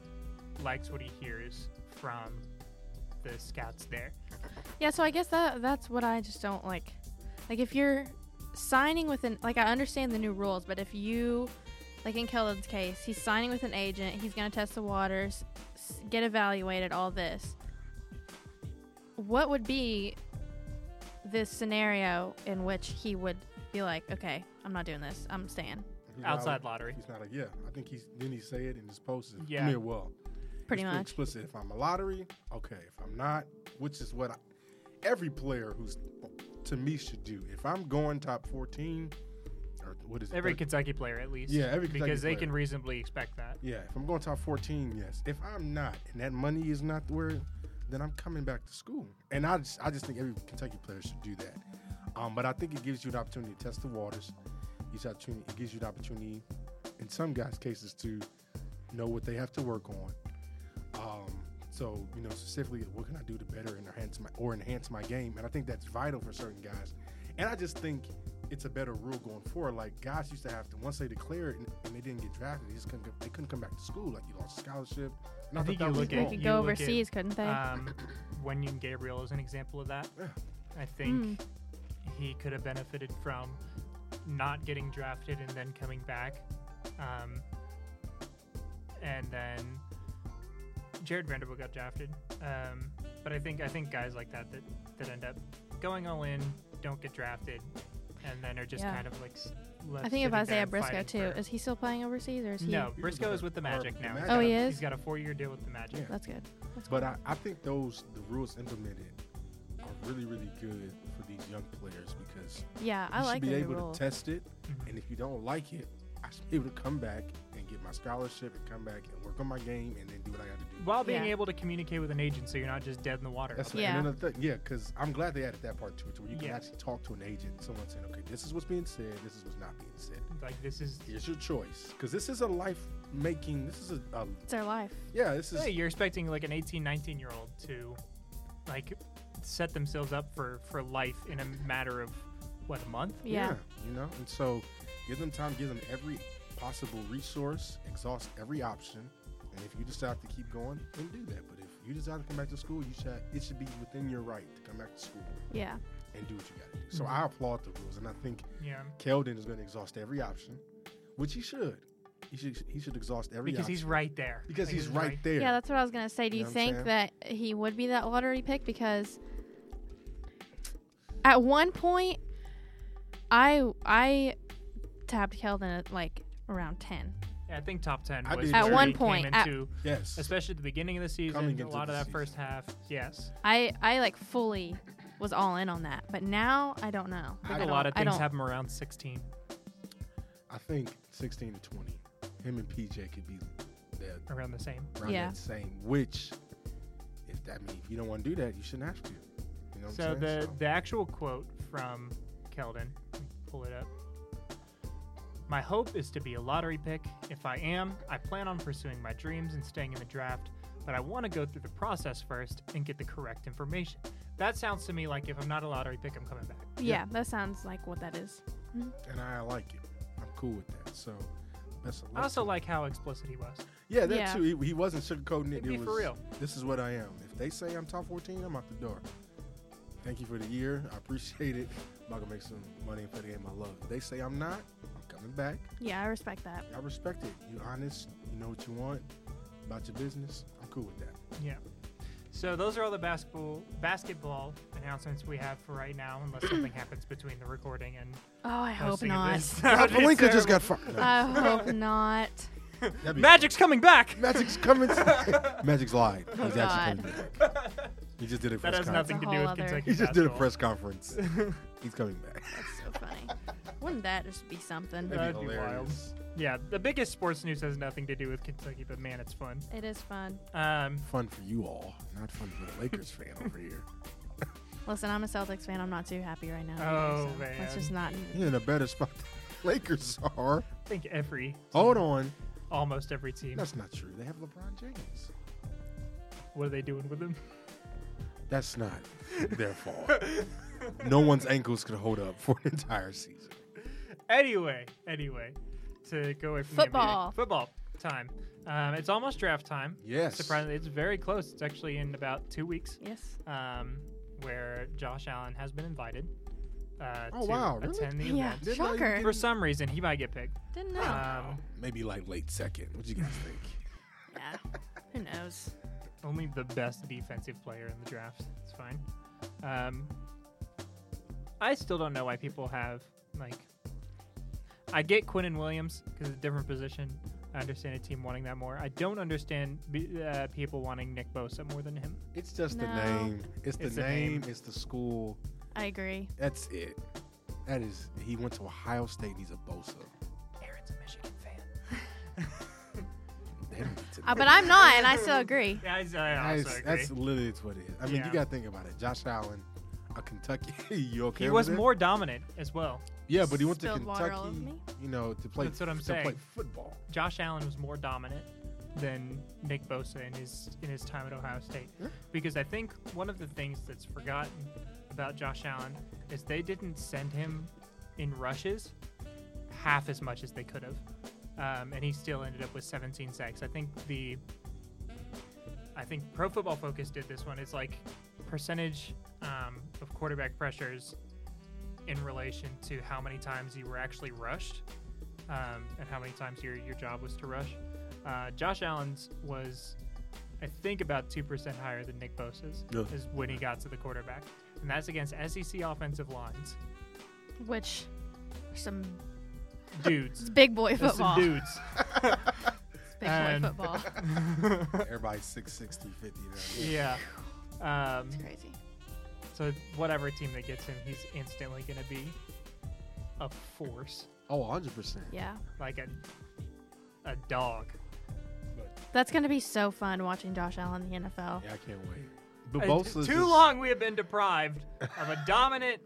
Speaker 1: likes what he hears from the scouts there.
Speaker 3: yeah, so I guess that that's what I just don't like. Like if you're signing with an like I understand the new rules, but if you like in Keldon's case, he's signing with an agent, he's gonna test the waters, s- get evaluated, all this. What would be this scenario in which he would be like, okay, I'm not doing this. I'm staying.
Speaker 2: He's not
Speaker 1: Outside
Speaker 2: a-
Speaker 1: lottery.
Speaker 2: He's not a yeah. I think he's didn't he say it in his post?
Speaker 1: Yeah.
Speaker 2: I mean, well,
Speaker 3: Pretty
Speaker 2: it's
Speaker 3: much.
Speaker 2: explicit. If I'm a lottery, okay. If I'm not, which is what I, every player who's to me should do. If I'm going top 14, or what is it?
Speaker 1: Every
Speaker 2: thir-
Speaker 1: Kentucky player, at least.
Speaker 2: Yeah, every
Speaker 1: Because
Speaker 2: Kentucky
Speaker 1: they
Speaker 2: player.
Speaker 1: can reasonably expect that.
Speaker 2: yeah. If I'm going top 14, yes. If I'm not, and that money is not where, then I'm coming back to school. And I just, I just think every Kentucky player should do that. Um, but I think it gives you an opportunity to test the waters. Each opportunity, it gives you the opportunity, in some guys' cases, to know what they have to work on. Um, so you know, specifically, what can I do to better and enhance my or enhance my game? And I think that's vital for certain guys. And I just think it's a better rule going forward. Like guys used to have to once they declared and, and they didn't get drafted, they just couldn't go- they couldn't come back to school. Like you lost a scholarship. And
Speaker 1: I think
Speaker 2: thought
Speaker 1: you
Speaker 2: that was
Speaker 1: look
Speaker 3: They
Speaker 1: at-
Speaker 2: wrong.
Speaker 3: could
Speaker 1: you
Speaker 3: go
Speaker 1: look at,
Speaker 3: overseas, couldn't they?
Speaker 1: Um, when you Gabriel is an example of that.
Speaker 2: Yeah.
Speaker 1: I think
Speaker 3: Mm.
Speaker 1: he could have benefited from not getting drafted and then coming back. Um, and then Jared Vanderbilt got drafted. Um, but I think I think guys like that that, that end up going all in, don't get drafted, and then are just
Speaker 3: Yeah.
Speaker 1: kind of like. s- left
Speaker 3: I think
Speaker 1: sitting
Speaker 3: of
Speaker 1: there
Speaker 3: Isaiah
Speaker 1: and
Speaker 3: Briscoe
Speaker 1: fighting
Speaker 3: too.
Speaker 1: for-
Speaker 3: Is he still playing overseas or is he?
Speaker 1: no,
Speaker 2: He was
Speaker 1: Briscoe
Speaker 2: with
Speaker 1: is with the
Speaker 2: or
Speaker 1: Magic
Speaker 2: the
Speaker 1: now.
Speaker 2: Magic.
Speaker 1: got
Speaker 3: Oh, he
Speaker 1: a-
Speaker 3: is?
Speaker 1: He's got a four-year deal with the Magic.
Speaker 2: Yeah.
Speaker 3: That's good. That's
Speaker 2: But
Speaker 3: cool.
Speaker 2: I, I think those the rules implemented are really really good for these young players because
Speaker 3: yeah, I
Speaker 2: you
Speaker 3: like
Speaker 2: should be
Speaker 3: the new
Speaker 2: able
Speaker 3: rule.
Speaker 2: to test it,
Speaker 1: Mhm.
Speaker 2: and if you don't like it, I should be able to come back and get my scholarship and come back and work on my game and then do what I got to do.
Speaker 1: While being
Speaker 3: Yeah.
Speaker 1: able to communicate with an agent, so you're not just dead in the water.
Speaker 2: That's
Speaker 1: out
Speaker 2: right.
Speaker 3: Yeah.
Speaker 2: And another thing, yeah, because I'm glad they added that part to it, to where you can
Speaker 1: Yeah.
Speaker 2: actually talk to an agent, someone saying, okay, this is what's being said, this is what's not being said.
Speaker 1: there. Like this is
Speaker 2: Here's your choice, because this is a life making. This is a, a
Speaker 3: it's their life.
Speaker 2: yeah, this is
Speaker 1: Yeah, you're expecting like an 18, 19 year old to like set themselves up for for life in a matter of what a month.
Speaker 3: Yeah.
Speaker 2: you know, and so give them time, give them every possible resource, exhaust every option, and if you decide to keep going, then do that. But if you decide to come back to school, you should it should be within your right to come back to school
Speaker 3: Yeah.
Speaker 2: and do what you got to do. So I applaud the rules, and I think
Speaker 1: Yeah,
Speaker 2: Keldon is going to exhaust every option, which he should. He should he should exhaust every
Speaker 1: because
Speaker 2: option.
Speaker 1: he's right there.
Speaker 2: because
Speaker 1: Like,
Speaker 2: he's right there.
Speaker 3: Yeah, that's what I was gonna say. Do
Speaker 2: You
Speaker 3: you,
Speaker 2: know what I'm
Speaker 3: think that he would be that lottery pick? Because at one point, I I tapped Keldon at like around ten.
Speaker 1: I think top ten
Speaker 2: I
Speaker 1: was
Speaker 2: did At
Speaker 1: where
Speaker 2: one
Speaker 1: he came
Speaker 3: point, at-
Speaker 1: into,
Speaker 2: yes.
Speaker 1: especially at the beginning of the
Speaker 2: Coming
Speaker 1: season, a
Speaker 2: into
Speaker 1: lot
Speaker 2: the
Speaker 1: of that
Speaker 2: season.
Speaker 1: first half. Yes,
Speaker 3: I I like fully was all in on that, but now I don't know.
Speaker 1: I think
Speaker 3: a
Speaker 1: a lot of
Speaker 3: I
Speaker 1: things
Speaker 3: don't-
Speaker 1: have him around 16.
Speaker 2: I think 16 to 20, him and PJ could be there
Speaker 1: Around the same.
Speaker 2: around
Speaker 3: Yeah.
Speaker 2: that same. Which, if that I mean, if you don't want to do that, you shouldn't have to. You know what
Speaker 1: So
Speaker 2: I'm saying?
Speaker 1: the the actual quote from Keldon, let me pull it up. My hope is to be a lottery pick. If I am, I plan on pursuing my dreams and staying in the draft, but I want to go through the process first and get the correct information. That sounds to me like if I'm not a lottery pick, I'm coming back.
Speaker 3: Yeah, that sounds like what that is.
Speaker 2: and I like it. I'm cool with that. So that's
Speaker 1: I also like how explicit he was.
Speaker 2: Yeah, that
Speaker 3: Yeah.
Speaker 2: too. He, he wasn't sugarcoating it.
Speaker 1: Be
Speaker 2: it was,
Speaker 1: for real.
Speaker 2: This is what I am. If they say I'm top 14, I'm out the door. Thank you for the year. I appreciate it. I'm gonna make some money for the game I love. If they say I'm not, I'm coming back.
Speaker 3: Yeah, I respect that.
Speaker 2: I respect it. You're honest. You know what you want about your business. I'm cool with that.
Speaker 1: Yeah. So those are all the basketball basketball announcements we have for right now, unless something happens between the recording and
Speaker 3: Oh, I hope
Speaker 1: posting of
Speaker 3: not.
Speaker 1: this.
Speaker 2: Palinka
Speaker 1: It's
Speaker 2: just got fired. No,
Speaker 3: I hope not.
Speaker 2: that'd be
Speaker 1: Magic's coming back.
Speaker 2: fun. Magic's coming. to- Magic's lied. He's
Speaker 3: God.
Speaker 2: actually coming back. He just did a
Speaker 1: That
Speaker 2: press
Speaker 1: has
Speaker 2: conference.
Speaker 1: nothing to
Speaker 3: It's
Speaker 1: do
Speaker 3: a whole
Speaker 1: with
Speaker 3: other-
Speaker 1: Kentucky
Speaker 2: He just did a
Speaker 1: basketball.
Speaker 2: press conference. He's coming back.
Speaker 3: That's so funny. Wouldn't that just be something?
Speaker 1: That'd be
Speaker 2: hilarious.
Speaker 1: Yeah, the biggest sports news has nothing to do with Kentucky, but man, it's fun.
Speaker 3: It is fun.
Speaker 1: Um,
Speaker 2: Fun for you all, not fun for the Lakers fan over here.
Speaker 3: Listen, I'm a Celtics fan. I'm not too happy right now.
Speaker 1: Oh,
Speaker 3: either, so Let's
Speaker 1: man.
Speaker 3: just not.
Speaker 2: He's in a better spot than the Lakers are.
Speaker 1: I think every,
Speaker 2: Hold on.
Speaker 1: almost every team.
Speaker 2: That's not true. They have LeBron James.
Speaker 1: What are they doing with him?
Speaker 2: That's not their fault. No one's ankles could hold up for an entire season.
Speaker 1: Anyway, anyway, to go away from the
Speaker 3: Football.
Speaker 1: NBA. football time. Um, it's almost draft time.
Speaker 2: Yes.
Speaker 1: Surprisingly, it's very close. It's actually in about two weeks,
Speaker 3: Yes.
Speaker 1: um, where Josh Allen has been invited uh,
Speaker 2: Oh,
Speaker 1: to
Speaker 2: wow, really?
Speaker 1: attend the
Speaker 3: Yeah.
Speaker 1: event.
Speaker 2: Didn't know you
Speaker 3: Shocker.
Speaker 2: did-
Speaker 1: For some reason, he might get picked.
Speaker 3: Didn't know.
Speaker 1: Um,
Speaker 2: Maybe like late second. What you guys think?
Speaker 3: yeah. Who knows?
Speaker 1: Only the best defensive player in the draft. It's fine. Um, I still don't know why people have like. I get Quinn and Williams because it's a different position. I understand a team wanting that more. I don't understand be- uh, people wanting Nick Bosa more than him.
Speaker 2: It's just the
Speaker 3: No.
Speaker 2: name. It's the
Speaker 1: It's the
Speaker 2: name.
Speaker 1: name.
Speaker 2: It's the school.
Speaker 3: I agree.
Speaker 2: That's it. That is. He went to Ohio State. He's a Bosa.
Speaker 1: Aaron's a Michigan fan.
Speaker 2: They don't need to
Speaker 3: Uh,
Speaker 2: know.
Speaker 3: but I'm not, and I still agree.
Speaker 1: Yeah, I, I also
Speaker 2: That's,
Speaker 1: agree.
Speaker 2: that's literally it's what it is. I mean, you
Speaker 1: Yeah.
Speaker 2: got to think about it. Josh Allen, a Kentucky. you okay?
Speaker 1: he
Speaker 2: with
Speaker 1: was
Speaker 2: that?
Speaker 1: more dominant as well.
Speaker 2: Yeah, but he went to
Speaker 3: Spilled water all over
Speaker 2: Kentucky.
Speaker 3: me.
Speaker 2: You know, to play.
Speaker 1: That's what I'm
Speaker 2: to
Speaker 1: saying.
Speaker 2: play football.
Speaker 1: Josh Allen was more dominant than Nick Bosa in his in his time at Ohio State.
Speaker 2: Yeah.
Speaker 1: Because I think one of the things that's forgotten about Josh Allen is they didn't send him in rushes half as much as they could have. Um, and he still ended up with 17 sacks. I think the I think Pro Football Focus did this one. It's like percentage um, of quarterback pressures in relation to how many times you were actually rushed um, and how many times your your job was to rush. Uh, Josh Allen's was, I think, about two percent higher than Nick Bosa's
Speaker 2: Yeah.
Speaker 1: is when he got to the quarterback, and that's against SEC offensive lines,
Speaker 3: Which some it's
Speaker 1: dudes,
Speaker 3: big boy
Speaker 1: That's
Speaker 3: football.
Speaker 1: some dudes.
Speaker 3: It's big
Speaker 1: and-
Speaker 3: boy football.
Speaker 2: Everybody's six six three fifty.
Speaker 1: yeah. Um,
Speaker 3: It's crazy.
Speaker 1: so whatever team that gets him, he's instantly gonna be a force,
Speaker 2: Oh, 100 percent.
Speaker 3: Yeah.
Speaker 1: like a a dog.
Speaker 3: That's going to be so fun watching Josh Allen in the NFL.
Speaker 2: Yeah, I can't wait. But
Speaker 1: Uh,
Speaker 2: Bosa's
Speaker 1: too
Speaker 2: just-
Speaker 1: long we have been deprived of a dominant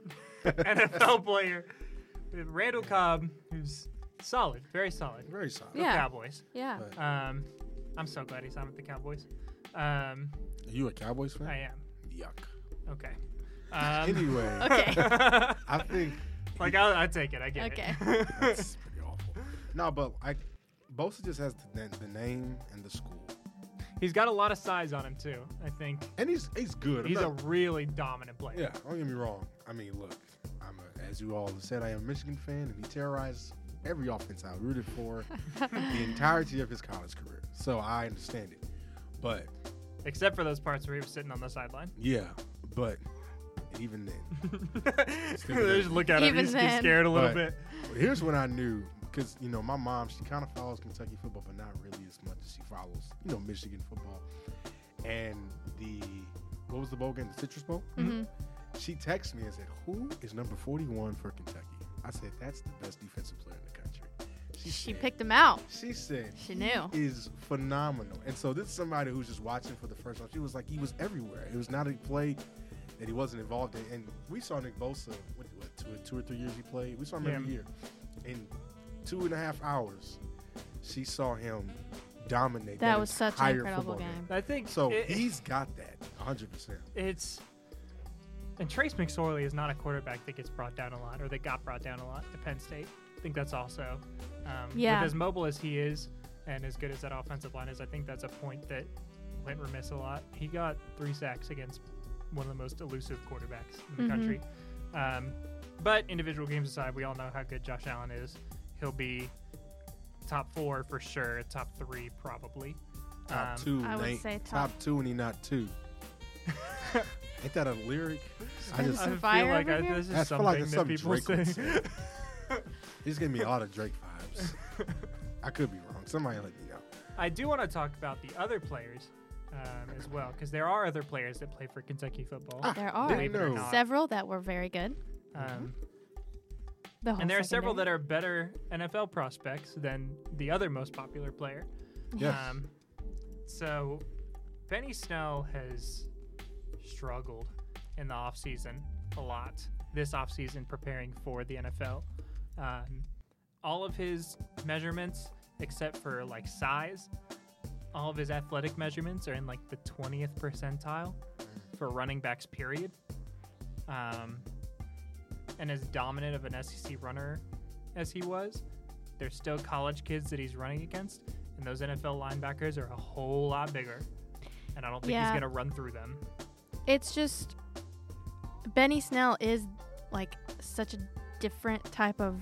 Speaker 1: NFL player, Randall Cobb, who's solid, very solid.
Speaker 2: Very solid.
Speaker 1: The
Speaker 3: Yeah.
Speaker 1: Cowboys.
Speaker 3: Yeah.
Speaker 2: But
Speaker 1: Um, I'm so glad he's on with the Cowboys. Um,
Speaker 2: are you a Cowboys fan?
Speaker 1: I am.
Speaker 2: Yuck.
Speaker 1: Okay. Um,
Speaker 2: Anyway,
Speaker 3: Okay.
Speaker 2: I think
Speaker 1: like I'll, i take it. I get it.
Speaker 2: That's pretty awful. No, but I Bosa just has the, the name and the school,
Speaker 1: he's got a lot of size on him too. I think
Speaker 2: and he's he's good. I'm
Speaker 1: he's a
Speaker 2: not-
Speaker 1: really dominant player.
Speaker 2: yeah. Don't get me wrong. I mean, look, I'm a, as you all have said, I am a Michigan fan, and he terrorized every offense I rooted for the entirety of his college career. So I understand it, but
Speaker 1: Except for those parts where he was sitting on the sideline.
Speaker 2: yeah, but even then,
Speaker 1: They just look at him.
Speaker 3: Even
Speaker 1: He's, he's
Speaker 3: then.
Speaker 1: scared a little
Speaker 2: But-
Speaker 1: bit.
Speaker 2: here's when I knew because you know my mom she kind of follows Kentucky football, but not really as much as she follows you know Michigan football. And the what was the bowl game? The Citrus Bowl.
Speaker 3: Mhm.
Speaker 2: She texted me and said, "Who is number 41 for Kentucky?" I said, "That's the best defensive player in the country." She,
Speaker 3: She
Speaker 2: said-
Speaker 3: picked him out.
Speaker 2: She said,
Speaker 3: She knew.
Speaker 2: "He is phenomenal." And so this is somebody who's just watching for the first time. She was like, "He was everywhere. It was not a play that he wasn't involved in." And we saw Nick Bosa. What, what two, two or three years he played? We saw him every
Speaker 1: Yeah.
Speaker 2: year. In two and a half hours, she saw him dominate.
Speaker 3: That was such an
Speaker 2: entire
Speaker 3: incredible
Speaker 2: football
Speaker 3: game.
Speaker 1: I think
Speaker 2: So
Speaker 1: it-
Speaker 2: he's got that 100. percent
Speaker 1: it's and Trace McSorley is not a quarterback that gets brought down a lot or that got brought down a lot at Penn State. I think that's also um,
Speaker 3: Yeah.
Speaker 1: with as mobile as he is and as good as that offensive line is. I think that's a point that went remiss a lot. He got three sacks against one of the most elusive quarterbacks in the
Speaker 3: Mhm.
Speaker 1: country. Um, but individual games aside, we all know how good Josh Allen is. He'll be top four for sure, top three probably. Um,
Speaker 2: Top two,
Speaker 3: I would
Speaker 2: Nate.
Speaker 3: say
Speaker 2: top.
Speaker 3: top-
Speaker 2: two, and he not two. Ain't that a lyric? I
Speaker 3: Spend
Speaker 2: just,
Speaker 1: I
Speaker 3: some
Speaker 1: feel
Speaker 3: fire
Speaker 1: like
Speaker 3: over
Speaker 1: I,
Speaker 3: here?
Speaker 1: this is
Speaker 2: I feel
Speaker 1: something
Speaker 2: like it's
Speaker 1: that
Speaker 2: something
Speaker 1: people
Speaker 2: Drake would
Speaker 1: say.
Speaker 2: say. he's giving me all the Drake vibes. I could be wrong. Somebody let me know.
Speaker 1: I do want to talk about the other players um, as well, because there are other players that play for Kentucky football.
Speaker 2: Ah,
Speaker 3: There are
Speaker 2: didn't know.
Speaker 1: not.
Speaker 3: several that were very good.
Speaker 1: Um,
Speaker 3: The whole
Speaker 1: and there are several that are better NFL prospects than the other most popular player.
Speaker 2: Yes.
Speaker 1: Um, so, Benny Snell has struggled in the offseason a lot this offseason preparing for the NFL. Um, all of his measurements, except for like size, all of his athletic measurements are in like the 20th percentile for running backs, period. Um, and as dominant of an SEC runner as he was, there's still college kids that he's running against, and those NFL linebackers are a whole lot bigger. And I don't think he's
Speaker 3: Yeah.
Speaker 1: going to run through them.
Speaker 3: It's just Benny Snell is like such a different type of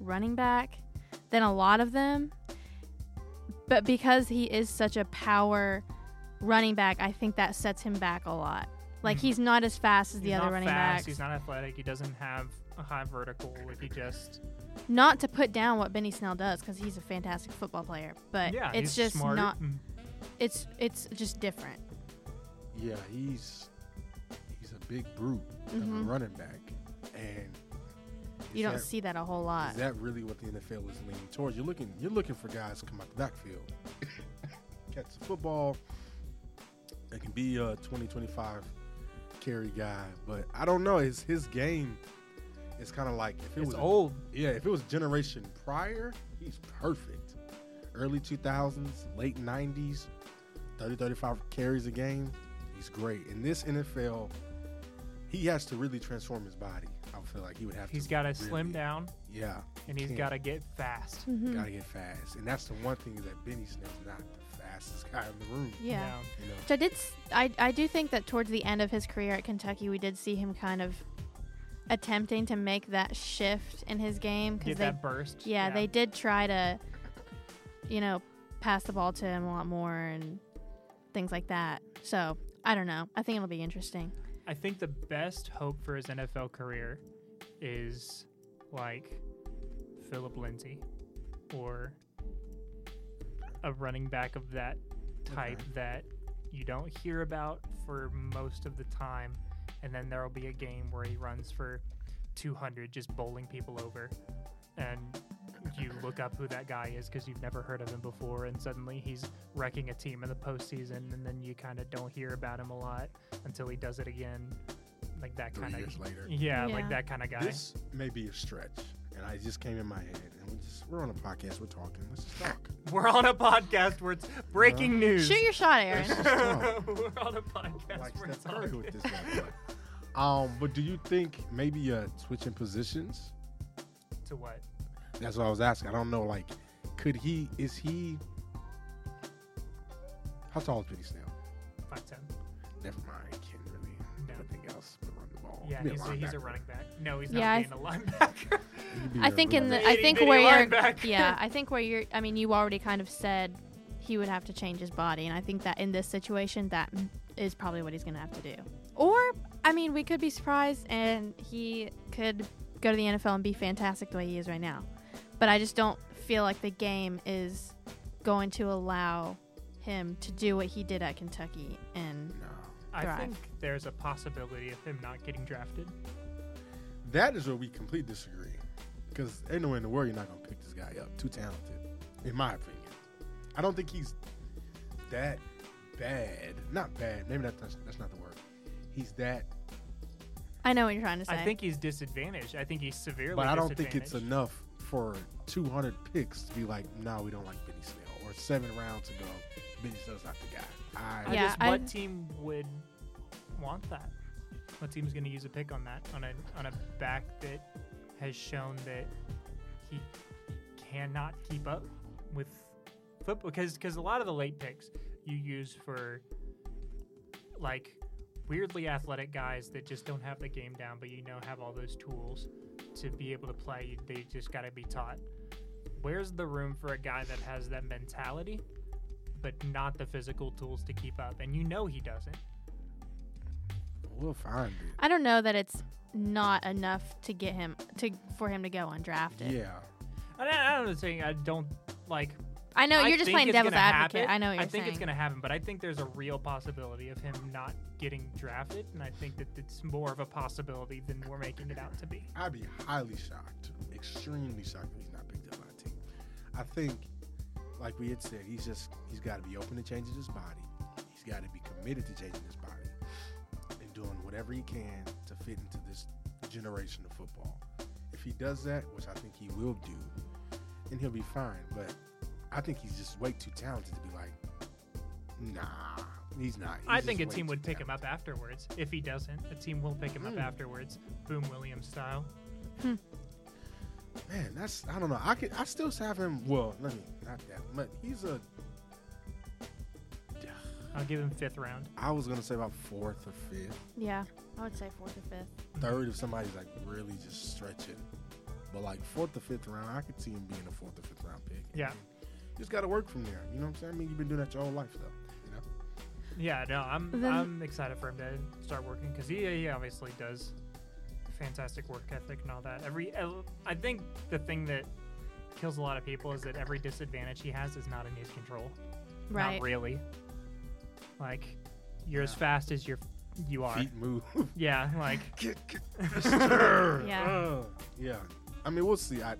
Speaker 3: running back than a lot of them. But because he is such a power running back, I think that sets him back a lot. Like he's not as fast as
Speaker 1: Mm-hmm. He's
Speaker 3: the other
Speaker 1: not
Speaker 3: running
Speaker 1: fast,
Speaker 3: backs.
Speaker 1: He's not athletic. He doesn't have a high vertical. Like he just
Speaker 3: not to put down what Benny Snell does because he's a fantastic football player, but
Speaker 1: yeah, he's
Speaker 3: it's just
Speaker 1: smart.
Speaker 3: not.
Speaker 1: Mm.
Speaker 3: It's it's just different.
Speaker 2: Yeah, he's he's a big brute of a
Speaker 3: Mhm.
Speaker 2: running back, and
Speaker 3: You
Speaker 2: is
Speaker 3: don't
Speaker 2: that-
Speaker 3: see that a whole lot.
Speaker 2: Is that really what the NFL is leaning towards? You're looking you're looking for guys to come out the backfield, catch the football. It can be a 20, 25 carry guy, but I don't know. His his game is kind of like if it
Speaker 1: It's
Speaker 2: was
Speaker 1: old.
Speaker 2: Yeah, if it was generation prior, he's perfect. Early 2000s, late 90s, 30, 35 carries a game. He's great. In this NFL, he has to really transform his body. I feel like he would have
Speaker 1: He's
Speaker 2: to.
Speaker 1: got to
Speaker 2: really-
Speaker 1: slim down
Speaker 2: Yeah,
Speaker 1: and he's
Speaker 2: Can't.
Speaker 1: got to get fast.
Speaker 3: Mhm.
Speaker 2: gotta get fast, and that's the one thing is that Benny Snell's not the fastest guy in the room.
Speaker 1: You
Speaker 3: yeah.
Speaker 1: know?
Speaker 2: You know,
Speaker 3: Which I did. s- I I do think that towards the end of his career at Kentucky, we did see him kind of attempting to make that shift in his game because
Speaker 1: Get
Speaker 3: they,
Speaker 1: that burst.
Speaker 3: yeah, they did try to, you know, pass the ball to him a lot more and things like that. So I don't know. I think it'll be interesting.
Speaker 1: I think the best hope for his NFL career is like Philip Lindsay or a running back of that type
Speaker 2: Okay.
Speaker 1: that you don't hear about for most of the time. And then there will be a game where he runs for 200, just bowling people over. And you look up who that guy is because you've never heard of him before. And suddenly he's wrecking a team in the postseason. And then you kind of don't hear about him a lot until he does it again. Like that
Speaker 2: three
Speaker 1: kind of.
Speaker 2: years later.
Speaker 1: Yeah,
Speaker 3: Yeah.
Speaker 1: like that kind of guy.
Speaker 2: This may be a stretch, and I it just came in my head. And we just we're on a podcast, we're talking. Let's just talk.
Speaker 1: We're on a podcast where it's breaking news.
Speaker 3: Shoot your shot, Aaron.
Speaker 1: We're on a podcast
Speaker 2: like
Speaker 1: where
Speaker 2: Steph
Speaker 1: it's
Speaker 2: Curry
Speaker 1: all
Speaker 2: with this guy. but- Um, but do you think maybe uh, switching positions?
Speaker 1: to what?
Speaker 2: That's what I was asking. I don't know. Like, could he? Is he? How tall is Benny Snell?
Speaker 1: Five ten.
Speaker 2: Never mind. I Can't really
Speaker 1: No.
Speaker 2: nothing else but run the ball.
Speaker 1: Yeah,
Speaker 2: Be
Speaker 1: he's a, he's a
Speaker 2: linebacker.
Speaker 1: running back. No, he's not
Speaker 3: Yeah, I
Speaker 1: being a linebacker.
Speaker 2: He could be
Speaker 3: I
Speaker 2: a
Speaker 3: think
Speaker 2: running
Speaker 3: in the
Speaker 2: back.
Speaker 3: I
Speaker 1: Itty
Speaker 3: think
Speaker 1: bitty
Speaker 3: where you're
Speaker 1: linebacker.
Speaker 3: yeah I think where you're I mean you already kind of said he would have to change his body and I think that in this situation that is probably what he's gonna have to do or I mean we could be surprised and he could go to the NFL and be fantastic the way he is right now but I just don't feel like the game is going to allow him to do what he did at Kentucky and
Speaker 2: No.
Speaker 1: I
Speaker 3: Thrive.
Speaker 1: think there's a possibility of him not getting drafted.
Speaker 2: That is where we completely disagree. Because ain't no way in the world you're not gonna pick this guy up. Too talented, in my opinion. I don't think he's that bad. Not bad. Maybe that, that's that's not the word. He's that
Speaker 3: I know what you're trying to say
Speaker 1: I think he's disadvantaged. I think he's severely.
Speaker 2: But I don't think it's
Speaker 1: disadvantaged.
Speaker 2: enough for 200 picks to be like, no, we don't like Benny Snell. Or seven rounds ago, Benny Snell's not the guy. I,
Speaker 1: I
Speaker 3: Yeah,
Speaker 1: just,
Speaker 3: I-
Speaker 1: what team would want that? What team's going to use a pick on that on a on a back that has shown that he cannot keep up with football? Because because a lot of the late picks you use for like weirdly athletic guys that just don't have the game down, but you know have all those tools to be able to play. They just got to be taught. Where's the room for a guy that has that mentality? but not the physical tools to keep up. And you know he doesn't.
Speaker 2: We'll find it.
Speaker 3: I don't know that it's not enough to get him to for him to go undrafted
Speaker 2: Yeah.
Speaker 1: And I, I'm not saying I don't like.
Speaker 3: I know
Speaker 1: I
Speaker 3: you're just
Speaker 1: think
Speaker 3: playing
Speaker 1: it's
Speaker 3: devil's
Speaker 1: gonna
Speaker 3: advocate.
Speaker 1: happen.
Speaker 3: I know what you're
Speaker 1: I think
Speaker 3: saying.
Speaker 1: it's going to happen, but I think there's a real possibility of him not getting drafted, and I think that it's more of a possibility than we're making it out to be.
Speaker 2: I'd be highly shocked, extremely shocked if he's not picked up by a team. I think, like we had said, he's just, he's got to be open to changing his body. He's got to be committed to changing his body and doing whatever he can to fit into this generation of football. If he does that, which I think he will do, then he'll be fine. But I think he's just way too talented to be like, nah, he's not. He's
Speaker 1: I
Speaker 2: just
Speaker 1: think a
Speaker 2: way
Speaker 1: team
Speaker 2: too
Speaker 1: would pick him
Speaker 2: talented.
Speaker 1: up afterwards. If he doesn't, a team will pick him up
Speaker 2: Mm.
Speaker 1: afterwards, Boom Williams style.
Speaker 2: Man, that's I don't know. I could I still have him. Well, let me not that, but he's a.
Speaker 1: I'll give him fifth round.
Speaker 2: I was gonna say about fourth or fifth,
Speaker 3: yeah, I would say fourth or fifth.
Speaker 2: third if somebody's like really just stretching, but like fourth or fifth round, I could see him being a fourth or fifth round pick.
Speaker 1: Yeah.
Speaker 2: you just got to work from there. You know what I'm saying? I mean, you've been doing that your whole life though. You know,
Speaker 1: Yeah, no, I'm
Speaker 3: Then-
Speaker 1: I'm excited for him to start working because he he obviously does fantastic work ethic and all that. Every I think the thing that kills a lot of people is that every disadvantage he has is not in his control.
Speaker 3: right?
Speaker 1: Not really. Like you're as fast as you're you are.
Speaker 2: Feet move.
Speaker 1: Yeah, like
Speaker 2: Get- get- Stir.
Speaker 3: Yeah.
Speaker 2: Uh, yeah. I mean, we'll see. I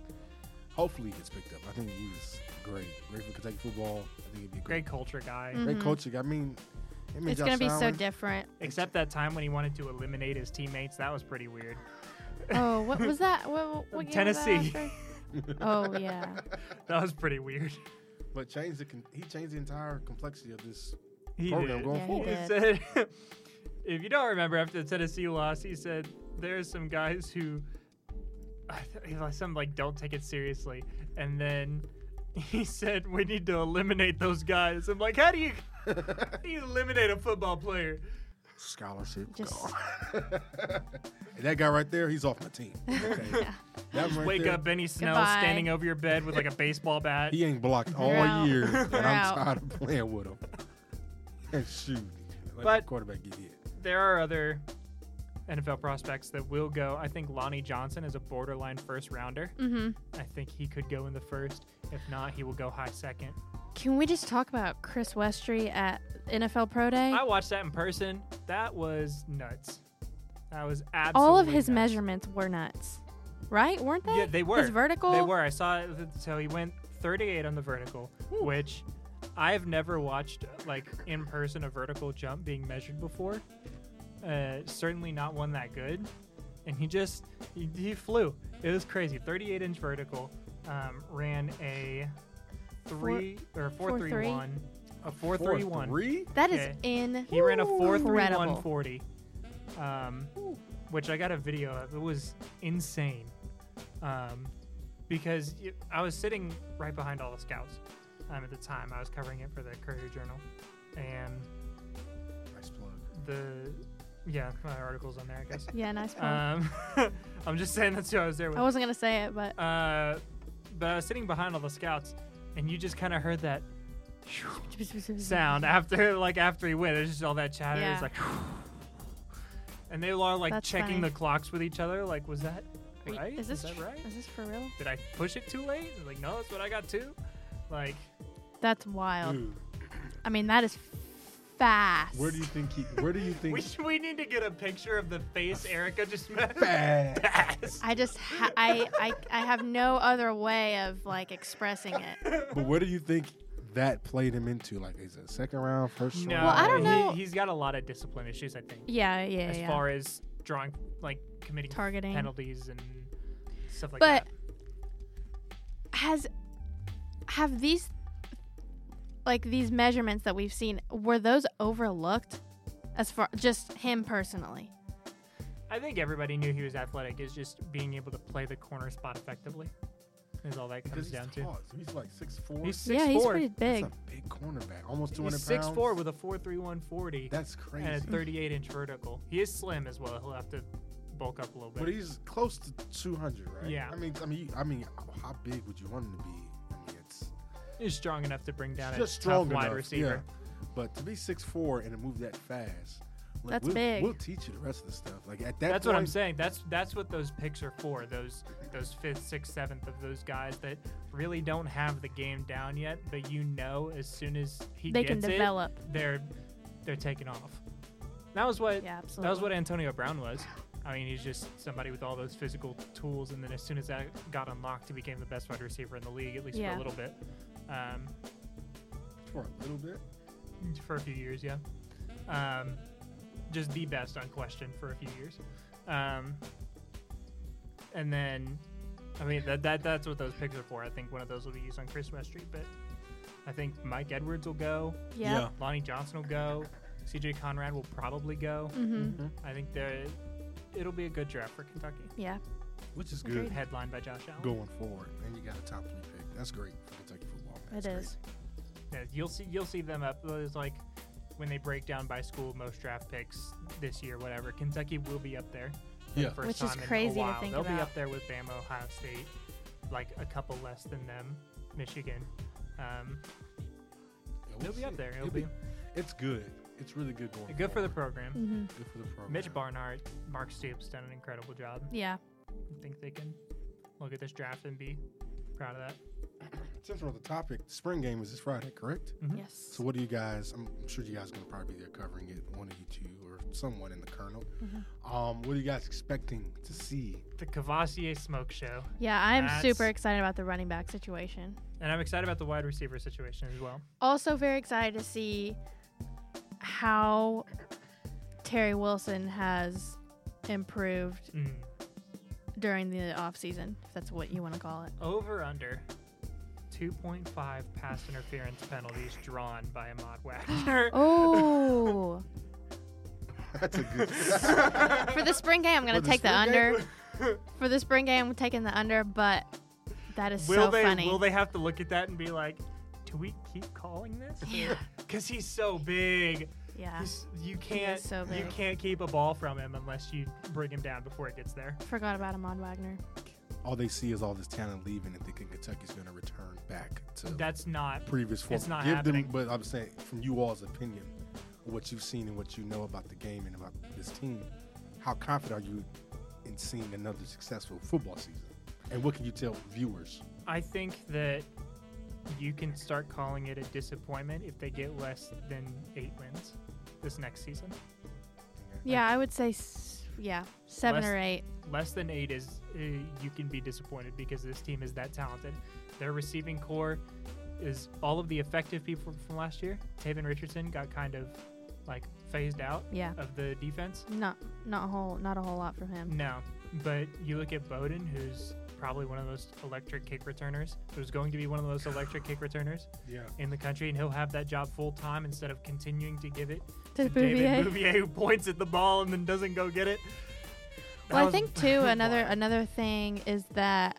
Speaker 2: hopefully he gets picked up. I think he was great, great for Kentucky football. I think he'd be a
Speaker 1: great
Speaker 2: great,
Speaker 1: culture guy.
Speaker 3: Mm.
Speaker 2: great
Speaker 3: Mhm.
Speaker 2: coaching. I mean, him and
Speaker 3: It's
Speaker 2: Josh
Speaker 3: gonna be so
Speaker 2: Allen,
Speaker 3: different.
Speaker 1: Except that time when he wanted to eliminate his teammates, that was pretty weird.
Speaker 3: Oh, what was that? What, what- what game
Speaker 1: Tennessee.
Speaker 3: Was that after? oh yeah.
Speaker 1: That was pretty weird.
Speaker 2: but changed the con- he changed the entire complexity of this
Speaker 1: He
Speaker 2: program
Speaker 1: did.
Speaker 2: going
Speaker 3: Yeah, he
Speaker 2: forward.
Speaker 1: He
Speaker 3: did.
Speaker 1: said, if you don't remember, after the Tennessee loss, he said, there's some guys who, I th- he was some like, don't take it seriously. And then he said, we need to eliminate those guys. I'm like, how do you, how do you eliminate a football player?
Speaker 2: Scholarship.
Speaker 3: Just-
Speaker 2: gone. And that guy right there, he's off my team. Okay.
Speaker 3: Yeah.
Speaker 2: That right
Speaker 1: Wake
Speaker 2: there,
Speaker 1: up Benny Snell
Speaker 3: Goodbye.
Speaker 1: standing over your bed with like a baseball bat.
Speaker 2: He ain't blocked all
Speaker 3: You're out.
Speaker 2: year, and
Speaker 3: You're
Speaker 2: I'm
Speaker 3: out.
Speaker 2: tired of playing with him. And shoot, let
Speaker 1: But-
Speaker 2: the quarterback get hit.
Speaker 1: There are other NFL prospects that will go. I think Lonnie Johnson is a borderline first rounder.
Speaker 3: Mm-hmm.
Speaker 1: I think he could go in the first. If not, he will go high second.
Speaker 3: Can we just talk about Chris Westry at NFL Pro Day?
Speaker 1: I watched that in person. That was nuts. That was absolutely
Speaker 3: All of his
Speaker 1: nuts.
Speaker 3: measurements were nuts, right? Weren't they?
Speaker 1: Yeah, they were.
Speaker 3: His vertical.
Speaker 1: They were. I saw. it. So he went 38 on the vertical,
Speaker 3: Ooh.
Speaker 1: which I've never watched like in person a vertical jump being measured before. Uh, certainly not one that good. And he just he, he flew. It was crazy. 38 inch vertical. Um, ran a three or four three one,
Speaker 3: three.
Speaker 1: a four three one.
Speaker 2: Three?
Speaker 3: That is
Speaker 1: Yeah.
Speaker 3: in.
Speaker 1: He ran a four three one
Speaker 3: Incredible.
Speaker 1: forty, um, which I got a video of. It was insane, um, because y- I was sitting right behind all the scouts um, at the time. I was covering it for the Courier Journal, and
Speaker 2: Nice plug.
Speaker 1: the yeah, my article's on there, I guess.
Speaker 3: Yeah, nice one.
Speaker 1: um, I'm just saying that's who I was there with.
Speaker 3: Oh. I wasn't gonna say it, but
Speaker 1: uh, but I was sitting behind all the scouts, and you just kind of heard that sound after like after he went. There's just all that chatter. It's
Speaker 3: Yeah.
Speaker 1: like, and they were all like
Speaker 3: That's
Speaker 1: checking
Speaker 3: funny.
Speaker 1: the clocks with each other. Like, was that
Speaker 3: Wait,
Speaker 1: right?
Speaker 3: Is this
Speaker 1: that
Speaker 3: tr-
Speaker 1: right?
Speaker 3: Is this for real?
Speaker 1: Did I push it too late? And, Like, no, that's what I got too. Like,
Speaker 3: That's wild.
Speaker 2: Dude,
Speaker 3: I mean, that is fast.
Speaker 2: where do you think he? Where do you think?
Speaker 1: we, we need to get a picture of the face Erica just made.
Speaker 2: Bad.
Speaker 1: Pass.
Speaker 3: I just ha- I, I I have no other way of like expressing it.
Speaker 2: But where do you think that played him into? Like, is it second round, first
Speaker 1: No,
Speaker 2: round?
Speaker 3: Well, I don't know.
Speaker 1: He, he's got a lot of discipline issues, I think,
Speaker 3: Yeah, yeah,
Speaker 1: as
Speaker 3: yeah.
Speaker 1: far as drawing, like committing
Speaker 3: Targeting.
Speaker 1: penalties and stuff like
Speaker 3: but
Speaker 1: that.
Speaker 3: has have these like these measurements that we've seen were those overlooked as far just him personally?
Speaker 1: I think everybody knew he was athletic. Is just being able to play the corner spot effectively. Is all that
Speaker 2: Because
Speaker 1: comes
Speaker 2: he's
Speaker 1: down to.
Speaker 2: tall. He's like six four.
Speaker 1: He's six
Speaker 3: yeah, he's
Speaker 1: four.
Speaker 3: pretty big.
Speaker 2: That's a big cornerback, almost two hundred
Speaker 1: He's
Speaker 2: pounds.
Speaker 1: six four with a four three one forty
Speaker 2: That's
Speaker 1: and a
Speaker 2: crazy.
Speaker 1: thirty eight inch vertical. He is slim as well. He'll have to bulk up a little bit.
Speaker 2: But he's close to two hundred, right?
Speaker 1: Yeah.
Speaker 2: I mean, I mean, I mean, how big would you want him to be? I mean, it's
Speaker 1: he's strong enough to bring down a
Speaker 2: just
Speaker 1: tough
Speaker 2: strong
Speaker 1: wide
Speaker 2: enough,
Speaker 1: receiver.
Speaker 2: Yeah. But to be six four and to move that fast, like,
Speaker 3: That's
Speaker 2: we'll,
Speaker 3: big.
Speaker 2: We'll teach you the rest of the stuff. Like at that.
Speaker 1: That's what I'm
Speaker 2: point,
Speaker 1: saying. That's that's what those picks are for. Those those fifth, sixth, seventh of those guys that really don't have the game down yet, but you know as soon as he
Speaker 3: they can
Speaker 1: gets
Speaker 3: develop.
Speaker 1: it, they're they're taking off. That was what
Speaker 3: Yeah, absolutely.
Speaker 1: That was what Antonio Brown was. I mean, he's just somebody with all those physical tools, and then as soon as that got unlocked, he became the best wide receiver in the league, at least for
Speaker 3: Yeah.
Speaker 1: a little bit, um,
Speaker 2: for a little bit.
Speaker 1: for a few years, yeah. Um, just the best, unquestioned, for a few years, um, and then, I mean, that, that that's what those picks are for. I think one of those will be used on Chris Westry, but I think Mike Edwards will go,
Speaker 3: yeah.
Speaker 1: Lonnie Johnson will go, C.J. Conrad will probably go.
Speaker 3: Mm-hmm.
Speaker 1: I think there, it'll be a good draft for Kentucky.
Speaker 3: Yeah.
Speaker 2: which is
Speaker 3: Agreed.
Speaker 2: good
Speaker 1: Headlined by Josh Allen.
Speaker 2: going forward. And you got a top three pick. That's great for Kentucky football. That's
Speaker 3: It is.
Speaker 1: Yeah, you'll see. You'll see them up. It's like when they break down by school most draft picks this year, whatever. Kentucky will be up there. for the
Speaker 2: Yeah.
Speaker 1: first
Speaker 3: Which is
Speaker 1: time in a
Speaker 3: crazy to
Speaker 1: while.
Speaker 3: think
Speaker 1: They'll be
Speaker 3: about.
Speaker 1: up there with Bama, Ohio State, like a couple less than them, Michigan. Um,
Speaker 2: Yeah, we'll
Speaker 1: they'll be
Speaker 2: see.
Speaker 1: up there. It'll
Speaker 2: It'll
Speaker 1: be.
Speaker 2: It's good. it's really good going.
Speaker 1: Good for the
Speaker 2: forward.
Speaker 1: program.
Speaker 3: hmm
Speaker 2: Good for the program.
Speaker 1: Mitch Barnhart, Mark Stoops done an incredible job.
Speaker 3: Yeah.
Speaker 1: I think they can look at this draft and be proud of that.
Speaker 2: Since we're on the topic, spring game is this Friday, correct?
Speaker 1: Mhm.
Speaker 3: Yes.
Speaker 2: So what do you guys? I'm I'm sure you guys are gonna probably be there covering it. One of you two or someone in the kernel.
Speaker 3: Mhm.
Speaker 1: Mm-hmm.
Speaker 2: Um, what are you guys expecting to see?
Speaker 1: The Cavassier Smoke Show.
Speaker 3: yeah, I'm super
Speaker 1: That's-
Speaker 3: excited about the running back situation.
Speaker 1: And I'm excited about the wide receiver situation as well.
Speaker 3: Also, very excited to see how Terry Wilson has improved
Speaker 1: Mm.
Speaker 3: during the off season, if that's what you want to call it.
Speaker 1: Over under 2.5 pass interference penalties drawn by Ahmad Wagner.
Speaker 3: Oh,
Speaker 2: That's a good.
Speaker 3: for the spring game, I'm gonna
Speaker 2: For
Speaker 3: take the
Speaker 2: spring
Speaker 3: under.
Speaker 2: game?
Speaker 3: For the spring game, I'm taking the under, but that is
Speaker 1: will
Speaker 3: so
Speaker 1: they
Speaker 3: funny.
Speaker 1: will they have to look at that and be like, do we keep calling this?
Speaker 3: Yeah.
Speaker 1: Cause he's so big.
Speaker 3: yeah,
Speaker 1: He's, you can't
Speaker 3: so
Speaker 1: you
Speaker 3: big.
Speaker 1: can't keep a ball from him unless you bring him down before it gets there.
Speaker 3: forgot about Amon Wagner.
Speaker 2: all they see is all this talent leaving and thinking Kentucky's going to return back to
Speaker 1: That's not
Speaker 2: previous form.
Speaker 1: it's not
Speaker 2: Give
Speaker 1: happening.
Speaker 2: them, but I'm saying from you all's opinion, what you've seen and what you know about the game and about this team, how confident are you in seeing another successful football season? And what can you tell viewers?
Speaker 1: I think that you can start calling it a disappointment if they get less than eight wins this next season.
Speaker 3: Yeah, I would say, s- yeah, seven
Speaker 1: Less-
Speaker 3: or eight.
Speaker 1: Less than eight is uh, you can be disappointed because this team is that talented. Their receiving core is all of the effective people from last year. Taven Richardson got kind of like phased out
Speaker 3: Yeah,
Speaker 1: of the defense.
Speaker 3: not not a whole not a whole lot from him.
Speaker 1: No, but you look at Bowden, who's probably one of the most electric kick returners, who's going to be one of the most electric kick returners
Speaker 2: Yeah.
Speaker 1: in the country, and he'll have that job full time instead of continuing to give it
Speaker 3: To Bouvier.
Speaker 1: Mm. David Bouvier who points at the ball and then doesn't go get it. That
Speaker 3: Well, I
Speaker 1: was
Speaker 3: think too another
Speaker 1: wild.
Speaker 3: another thing is that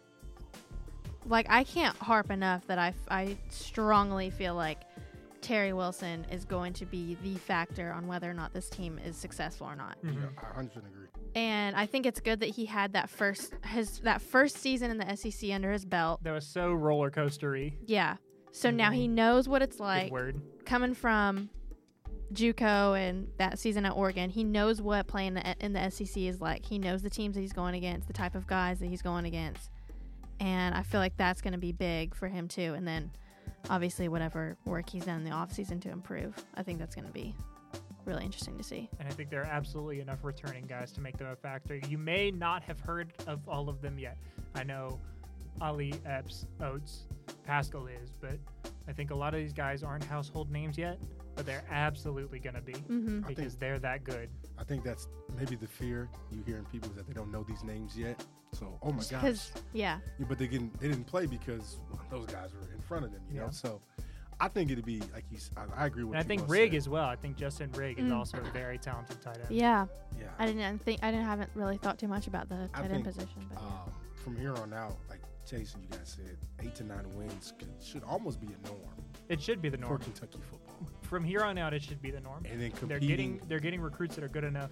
Speaker 3: like I can't harp enough that I f- I strongly feel like Terry Wilson is going to be the factor on whether or not this team is successful or not.
Speaker 2: Yeah,
Speaker 1: Mhm.
Speaker 2: I 100 agree.
Speaker 3: And I think it's good that he had that first his that first season in the SEC under his belt.
Speaker 1: That was so roller coastery.
Speaker 3: Yeah. So now he knows what it's
Speaker 1: Good
Speaker 3: like
Speaker 1: word.
Speaker 3: coming from JUCO and that season at Oregon, he knows what playing the- in the SEC is like. He knows the teams that he's going against, the type of guys that he's going against, and I feel like that's going to be big for him too. And then, obviously, whatever work he's done in the offseason to improve, I think that's going to be really interesting to see.
Speaker 1: And I think there are absolutely enough returning guys to make them a factor. You may not have heard of all of them yet. I know Ali Epps, Oates, Pascal is, but I think a lot of these guys aren't household names yet, but they're absolutely going to be
Speaker 3: Mm-hmm.
Speaker 2: I think-
Speaker 1: because they're that good.
Speaker 2: I think that's maybe the fear you hear in people is that they don't know these names yet. So, oh my gosh.
Speaker 3: Because yeah,
Speaker 2: Yeah, but they didn't they didn't play because those guys were in front of them, you
Speaker 1: Yeah.
Speaker 2: know. So I think it'd be like he's. I, I agree with.
Speaker 1: And I
Speaker 2: you
Speaker 1: think
Speaker 2: both
Speaker 1: Rigg
Speaker 2: said.
Speaker 1: as well. I think Justin Rigg is
Speaker 3: Mm.
Speaker 1: also a very talented tight end.
Speaker 3: yeah,
Speaker 2: Yeah.
Speaker 3: I didn't think I didn't haven't really thought too much about the
Speaker 2: I
Speaker 3: tight
Speaker 2: think,
Speaker 3: end position, but yeah.
Speaker 2: um, from here on out, like Jason, you guys said, eight to nine wins could, should almost be a norm,
Speaker 1: It should be the
Speaker 2: for
Speaker 1: norm.
Speaker 2: Kentucky football,
Speaker 1: From here on out, it should be the norm.
Speaker 2: and then
Speaker 1: they're
Speaker 2: competing
Speaker 1: getting they're getting recruits that are good enough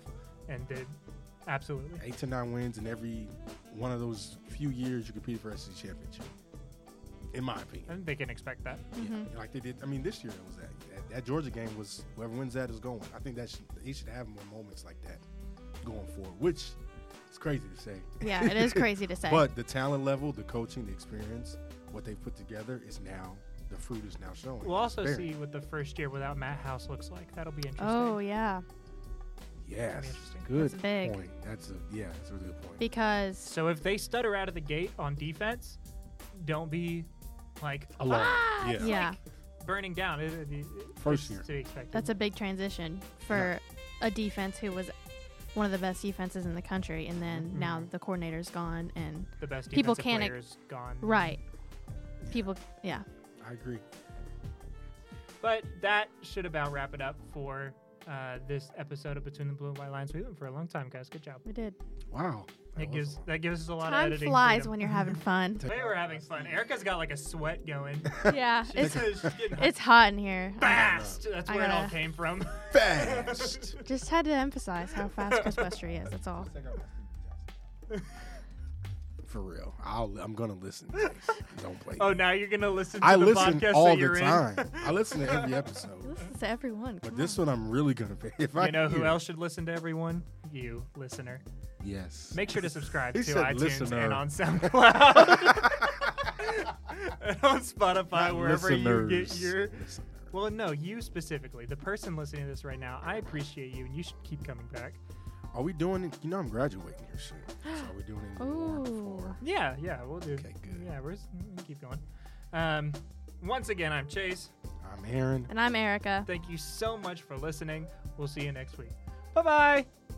Speaker 1: and they absolutely
Speaker 2: eight to nine wins in every one of those few years you compete for SEC championship. In my
Speaker 1: I
Speaker 2: opinion,
Speaker 1: think they can expect that.
Speaker 3: Mhm.
Speaker 2: yeah, like they did. I mean, this year it was that, that that Georgia game was whoever wins that is going. I think that should, he should have more moments like that going forward, which is crazy to say.
Speaker 3: yeah, it is crazy to say.
Speaker 2: But the talent level, the coaching, the experience, what they put together is now the fruit is now showing.
Speaker 1: We'll also
Speaker 2: It's
Speaker 1: see
Speaker 2: bearing.
Speaker 1: what the first year without Matt House looks like. That'll be interesting.
Speaker 3: oh yeah,
Speaker 2: Yes,
Speaker 1: interesting.
Speaker 2: good
Speaker 3: That's big.
Speaker 2: point. That's a yeah, that's a really good point.
Speaker 3: because
Speaker 1: So if they stutter out of the gate on defense, don't be like
Speaker 2: Alone,
Speaker 1: "Ah!"
Speaker 2: yeah.
Speaker 3: yeah.
Speaker 1: burning down. It- it- it-
Speaker 2: First
Speaker 1: it's
Speaker 2: year.
Speaker 1: to be expected.
Speaker 3: That's a big transition for a defense who was one of the best defenses in the country, and then
Speaker 1: Mm-hmm.
Speaker 3: now the coordinator's gone, and
Speaker 1: the best
Speaker 3: people
Speaker 1: defensive
Speaker 3: can't-
Speaker 1: players gone.
Speaker 3: right, people, yeah,
Speaker 2: I agree.
Speaker 1: But that should about wrap it up for uh, this episode of Between the Blue and White Lines. We went for a long time, guys. Good job.
Speaker 3: we did.
Speaker 2: Wow,
Speaker 1: That
Speaker 2: that
Speaker 1: gives
Speaker 2: was a lot.
Speaker 1: that gives us a lot of
Speaker 3: Time
Speaker 1: editing.
Speaker 3: flies
Speaker 1: freedom.
Speaker 3: when you're having fun.
Speaker 1: They were having fun. Erica's got like a sweat going.
Speaker 3: yeah,
Speaker 1: She's,
Speaker 3: it's
Speaker 1: she's getting
Speaker 3: it's hot in here.
Speaker 1: fast. That's
Speaker 3: I
Speaker 1: where it all
Speaker 3: gotta-
Speaker 1: came from.
Speaker 2: fast.
Speaker 3: Just had to emphasize how fast Chris Westry is. That's all.
Speaker 2: for real. I'll, I'm gonna listen. Don't play.
Speaker 1: Oh, now you're gonna listen to
Speaker 2: I
Speaker 1: the
Speaker 2: listen
Speaker 1: podcast
Speaker 2: all
Speaker 1: that
Speaker 2: the
Speaker 1: you're
Speaker 2: time. I listen to every episode,
Speaker 3: Listen to everyone.
Speaker 2: but
Speaker 3: come
Speaker 2: this
Speaker 3: on.
Speaker 2: one I'm really gonna pay. If
Speaker 1: in.
Speaker 2: I
Speaker 1: You know who
Speaker 2: hear-
Speaker 1: else should listen to everyone? You, listener.
Speaker 2: Yes.
Speaker 1: Make sure to subscribe
Speaker 2: He
Speaker 1: to
Speaker 2: said
Speaker 1: iTunes
Speaker 2: listener.
Speaker 1: and on SoundCloud. and on Spotify,
Speaker 2: Not
Speaker 1: wherever you get
Speaker 2: listeners.
Speaker 1: your.
Speaker 2: Listener.
Speaker 1: Well, no, you specifically, the person listening to this right now, I appreciate you, and you should keep coming back.
Speaker 2: Are we doing it? You know I'm graduating here soon. So are we doing it anymore
Speaker 3: Ooh.
Speaker 2: before?
Speaker 1: Yeah, yeah, we'll do.
Speaker 2: Okay, good.
Speaker 1: Yeah, we're s- we can keep going. Um, once again, I'm Chase.
Speaker 2: I'm Aaron.
Speaker 3: And I'm Erica.
Speaker 1: Thank you so much for listening. We'll see you next week. Bye bye.